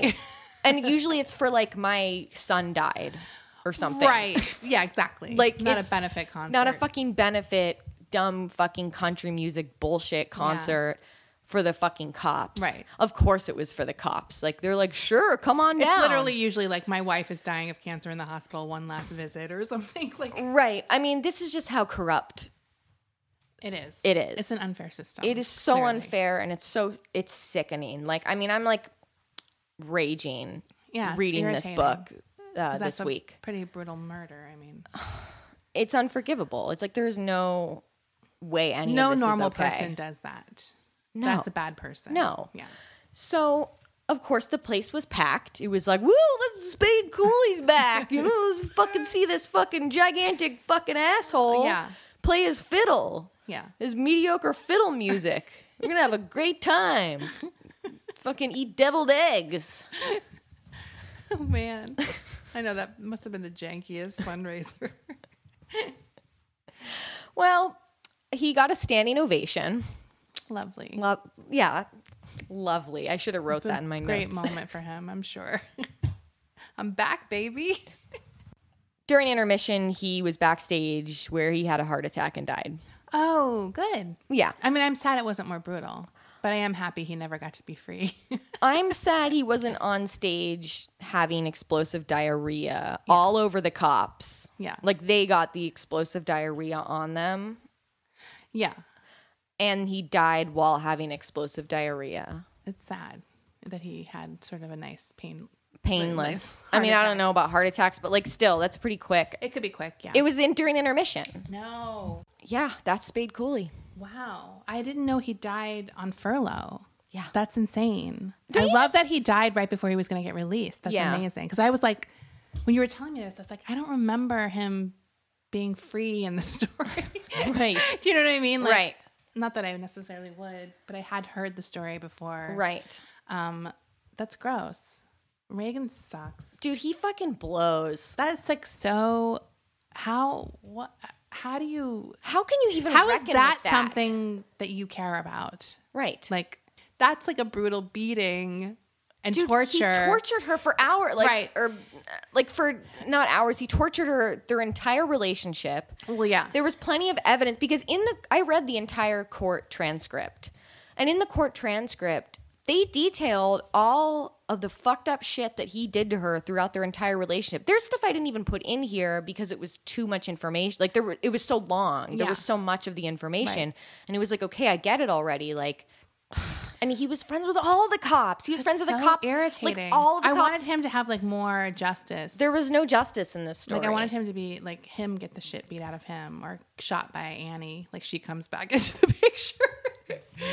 [SPEAKER 1] and usually it's for like my son died or something.
[SPEAKER 2] Right. Yeah, exactly.
[SPEAKER 1] Like
[SPEAKER 2] not a
[SPEAKER 1] it's
[SPEAKER 2] benefit concert.
[SPEAKER 1] Not a fucking benefit, dumb fucking country music bullshit concert for the fucking cops.
[SPEAKER 2] Right.
[SPEAKER 1] Of course it was for the cops. Like they're like, sure, come on
[SPEAKER 2] It's
[SPEAKER 1] down.
[SPEAKER 2] literally usually like my wife is dying of cancer in the hospital, one last visit or something. Like
[SPEAKER 1] Right. I mean, this is just how corrupt
[SPEAKER 2] it is.
[SPEAKER 1] It is.
[SPEAKER 2] It's an unfair system.
[SPEAKER 1] It is so
[SPEAKER 2] Oh, clearly.
[SPEAKER 1] unfair and it's so it's sickening. Like I mean, I'm like raging
[SPEAKER 2] Yeah, it's
[SPEAKER 1] reading this
[SPEAKER 2] irritating.
[SPEAKER 1] book uh,
[SPEAKER 2] 'Cause that's
[SPEAKER 1] this
[SPEAKER 2] a
[SPEAKER 1] week.
[SPEAKER 2] Pretty brutal murder. I mean,
[SPEAKER 1] It's unforgivable. It's like there's no way any of
[SPEAKER 2] no
[SPEAKER 1] this is
[SPEAKER 2] normal
[SPEAKER 1] okay.
[SPEAKER 2] person does that.
[SPEAKER 1] No.
[SPEAKER 2] That's a bad person.
[SPEAKER 1] No.
[SPEAKER 2] Yeah.
[SPEAKER 1] So of course the place was packed. It was like, woo, let's Spade Cooley's back. You know, let's fucking see this fucking gigantic fucking asshole.
[SPEAKER 2] Yeah.
[SPEAKER 1] Play his fiddle.
[SPEAKER 2] Yeah.
[SPEAKER 1] His mediocre fiddle music. We're gonna have a great time. fucking eat deviled eggs.
[SPEAKER 2] Oh man. I know that must have been the jankiest fundraiser.
[SPEAKER 1] Well, he got a standing ovation.
[SPEAKER 2] Lovely.
[SPEAKER 1] Lo- yeah, lovely. I should have wrote
[SPEAKER 2] It's a
[SPEAKER 1] that in my
[SPEAKER 2] great
[SPEAKER 1] notes.
[SPEAKER 2] moment for him, I'm sure. I'm back, baby.
[SPEAKER 1] During intermission, he was backstage where he had a heart attack and died.
[SPEAKER 2] Oh, good.
[SPEAKER 1] Yeah,
[SPEAKER 2] I mean, I'm sad it wasn't more brutal, but I am happy he never got to be free.
[SPEAKER 1] I'm sad he wasn't on stage having explosive diarrhea all over the cops.
[SPEAKER 2] Yeah.
[SPEAKER 1] like they got the explosive diarrhea on them,
[SPEAKER 2] yeah,
[SPEAKER 1] and he died while having explosive diarrhea.
[SPEAKER 2] it's sad that he had sort of a nice pain.
[SPEAKER 1] Painless.
[SPEAKER 2] Painless.
[SPEAKER 1] I mean,
[SPEAKER 2] Heart
[SPEAKER 1] I don't know about heart attacks, but like still, that's pretty quick.
[SPEAKER 2] It could be quick, yeah.
[SPEAKER 1] It was in during intermission.
[SPEAKER 2] no.
[SPEAKER 1] Yeah, that's Spade Cooley.
[SPEAKER 2] Wow. I didn't know he died on furlough.
[SPEAKER 1] Yeah.
[SPEAKER 2] That's insane.
[SPEAKER 1] Don't
[SPEAKER 2] I
[SPEAKER 1] you
[SPEAKER 2] love that he died right before he was going to get released. That's
[SPEAKER 1] Yeah.
[SPEAKER 2] amazing. Because I was like, when you were telling me this, I was like, I don't remember him being free in the story.
[SPEAKER 1] Right.
[SPEAKER 2] Do you know what I mean? Like,
[SPEAKER 1] Right.
[SPEAKER 2] Not that I necessarily would, but I had heard the story before.
[SPEAKER 1] Right.
[SPEAKER 2] Um, that's gross. Reagan sucks.
[SPEAKER 1] Dude, he fucking blows.
[SPEAKER 2] That's like so. How what? How do you?
[SPEAKER 1] How can you even
[SPEAKER 2] How is
[SPEAKER 1] reckon with
[SPEAKER 2] that,
[SPEAKER 1] that?
[SPEAKER 2] something that you care about?
[SPEAKER 1] Right.
[SPEAKER 2] Like that's like a brutal beating and
[SPEAKER 1] Dude,
[SPEAKER 2] torture.
[SPEAKER 1] He tortured her for hours, like
[SPEAKER 2] Right.
[SPEAKER 1] or uh, like for not hours. He tortured her their entire relationship.
[SPEAKER 2] Well, yeah.
[SPEAKER 1] There was plenty of evidence because in the I read the entire court transcript. And in the court transcript, they detailed all of the fucked up shit that he did to her throughout their entire relationship. There's stuff I didn't even put in here because it was too much information. Like there were, it was so long. There
[SPEAKER 2] Yeah.
[SPEAKER 1] was so much of the information. And it was like, okay, I get it already. Like and he was friends with all the cops. He was friends with
[SPEAKER 2] so
[SPEAKER 1] the cops.
[SPEAKER 2] Irritating.
[SPEAKER 1] Like all the
[SPEAKER 2] I
[SPEAKER 1] cops.
[SPEAKER 2] wanted him to have like more justice.
[SPEAKER 1] There was no justice in this story.
[SPEAKER 2] like I wanted him to be like him get the shit beat out of him or shot by Annie. Like she comes back into the picture.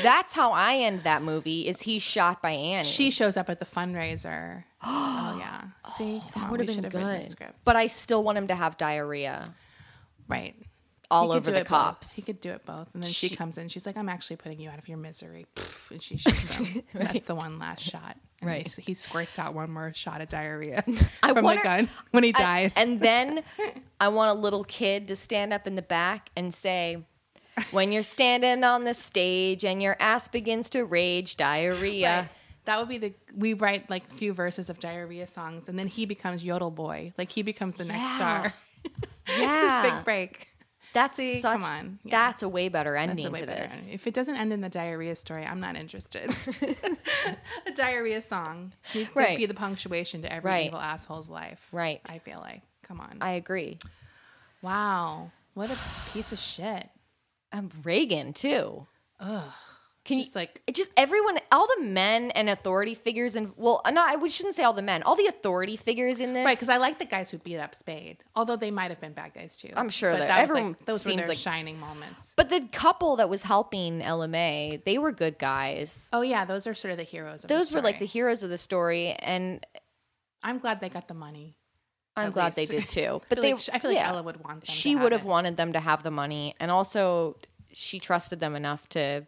[SPEAKER 1] That's how I end that movie. Is he shot by Annie?
[SPEAKER 2] She shows up at the fundraiser. oh yeah. See, that
[SPEAKER 1] would have been
[SPEAKER 2] should have written the
[SPEAKER 1] good.
[SPEAKER 2] script.
[SPEAKER 1] But I still want him to have diarrhea
[SPEAKER 2] right.
[SPEAKER 1] all
[SPEAKER 2] He could
[SPEAKER 1] over
[SPEAKER 2] do
[SPEAKER 1] the
[SPEAKER 2] it both.
[SPEAKER 1] cops.
[SPEAKER 2] He could do it both, and then she,
[SPEAKER 1] She-
[SPEAKER 2] comes in. She's like, "I'm actually putting you out of your misery," Pff, and she shoots him. That's the one last shot. And
[SPEAKER 1] Right.
[SPEAKER 2] He, he squirts out one more shot of diarrhea
[SPEAKER 1] I
[SPEAKER 2] from
[SPEAKER 1] wonder-
[SPEAKER 2] the gun when he
[SPEAKER 1] I-
[SPEAKER 2] dies.
[SPEAKER 1] and then I want a little kid to stand up in the back and say, "When you're standing on the stage and your ass begins to rage, diarrhea."
[SPEAKER 2] Right. That would be the we write like a few verses of diarrhea songs, and then he becomes Yodel Boy. Like he becomes the next
[SPEAKER 1] Yeah.
[SPEAKER 2] star.
[SPEAKER 1] Yeah,
[SPEAKER 2] it's his big break.
[SPEAKER 1] that's
[SPEAKER 2] See,
[SPEAKER 1] such,
[SPEAKER 2] come on. Yeah.
[SPEAKER 1] That's a way better
[SPEAKER 2] That's
[SPEAKER 1] ending
[SPEAKER 2] a way
[SPEAKER 1] to
[SPEAKER 2] better.
[SPEAKER 1] this.
[SPEAKER 2] If it doesn't end in the diarrhea story, I'm not interested. a diarrhea song needs
[SPEAKER 1] Right.
[SPEAKER 2] to be the punctuation to every
[SPEAKER 1] Right.
[SPEAKER 2] evil asshole's life.
[SPEAKER 1] Right.
[SPEAKER 2] I feel like. Come on.
[SPEAKER 1] I agree.
[SPEAKER 2] wow. What a piece of shit.
[SPEAKER 1] Um, Reagan too. Can
[SPEAKER 2] Just
[SPEAKER 1] you
[SPEAKER 2] like-
[SPEAKER 1] it just everyone, all the men and authority figures, and well, uh, no, I we shouldn't say all the men, all the authority figures in this,
[SPEAKER 2] Right, because I like the guys who beat up Spade, although they might have been bad guys too.
[SPEAKER 1] I'm sure that
[SPEAKER 2] that was,
[SPEAKER 1] everyone
[SPEAKER 2] like, those were
[SPEAKER 1] seems
[SPEAKER 2] their
[SPEAKER 1] like-
[SPEAKER 2] shining moments.
[SPEAKER 1] But the couple that was helping LMA, they were good guys.
[SPEAKER 2] Oh yeah, those are sort of the heroes. Of the
[SPEAKER 1] Those were like the
[SPEAKER 2] story.
[SPEAKER 1] heroes of the story, and
[SPEAKER 2] I'm glad they got the money.
[SPEAKER 1] I'm
[SPEAKER 2] At
[SPEAKER 1] glad they did
[SPEAKER 2] least.
[SPEAKER 1] too.
[SPEAKER 2] I
[SPEAKER 1] But
[SPEAKER 2] feel
[SPEAKER 1] they,
[SPEAKER 2] like sh- I feel like
[SPEAKER 1] yeah.
[SPEAKER 2] Ella would want them to
[SPEAKER 1] She
[SPEAKER 2] have
[SPEAKER 1] would have
[SPEAKER 2] it.
[SPEAKER 1] wanted them to have the money, and also she trusted them enough to.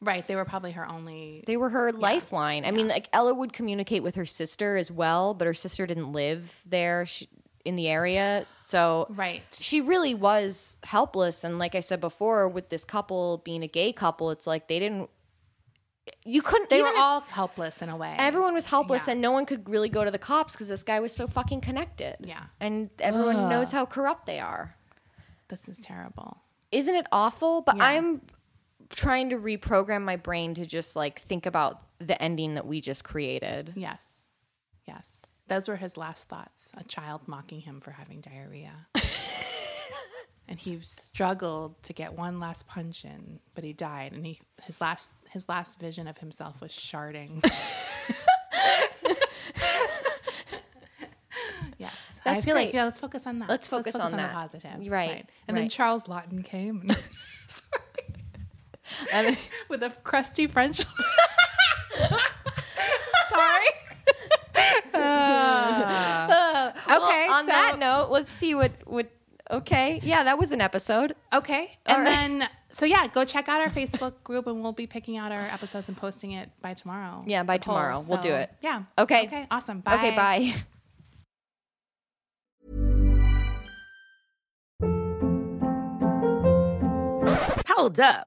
[SPEAKER 2] Right, they were probably her only.
[SPEAKER 1] They were her lifeline. I mean, like Ella would communicate with her sister as well, but her sister didn't live there she, in the area, so
[SPEAKER 2] Right.
[SPEAKER 1] she really was helpless and like i said before with this couple being a gay couple it's like they didn't you couldn't
[SPEAKER 2] They
[SPEAKER 1] even
[SPEAKER 2] were
[SPEAKER 1] if-
[SPEAKER 2] all helpless in a way.
[SPEAKER 1] everyone was helpless
[SPEAKER 2] Yeah.
[SPEAKER 1] and no one could really go to the cops because this guy was so fucking connected
[SPEAKER 2] Yeah.
[SPEAKER 1] and everyone knows how corrupt they are
[SPEAKER 2] This is terrible.
[SPEAKER 1] isn't it awful but i'm trying to reprogram my brain to just like think about the ending that we just created
[SPEAKER 2] Yes. Yes. Those were his last thoughts. A child mocking him for having diarrhea. and he struggled to get one last punch in, but he died and he his last his last vision of himself was sharding. yes. I
[SPEAKER 1] That's
[SPEAKER 2] feel
[SPEAKER 1] great.
[SPEAKER 2] like yeah, let's focus on that.
[SPEAKER 1] Let's focus on that.
[SPEAKER 2] the positive.
[SPEAKER 1] Right,
[SPEAKER 2] And then
[SPEAKER 1] right.
[SPEAKER 2] Charles Lawton came and-
[SPEAKER 1] and
[SPEAKER 2] with a crusty French Sorry. Ah. okay.
[SPEAKER 1] on
[SPEAKER 2] so-
[SPEAKER 1] that note let's see what what okay yeah that was an episode
[SPEAKER 2] Okay. And then, so yeah, go check out our Facebook group and we'll be picking out our episodes and posting it by tomorrow.
[SPEAKER 1] Yeah, by
[SPEAKER 2] The poll.
[SPEAKER 1] tomorrow. We'll do
[SPEAKER 2] So,
[SPEAKER 1] it.
[SPEAKER 2] Yeah.
[SPEAKER 1] Okay.
[SPEAKER 2] Okay. Awesome. Bye.
[SPEAKER 1] okay bye
[SPEAKER 3] Hold up.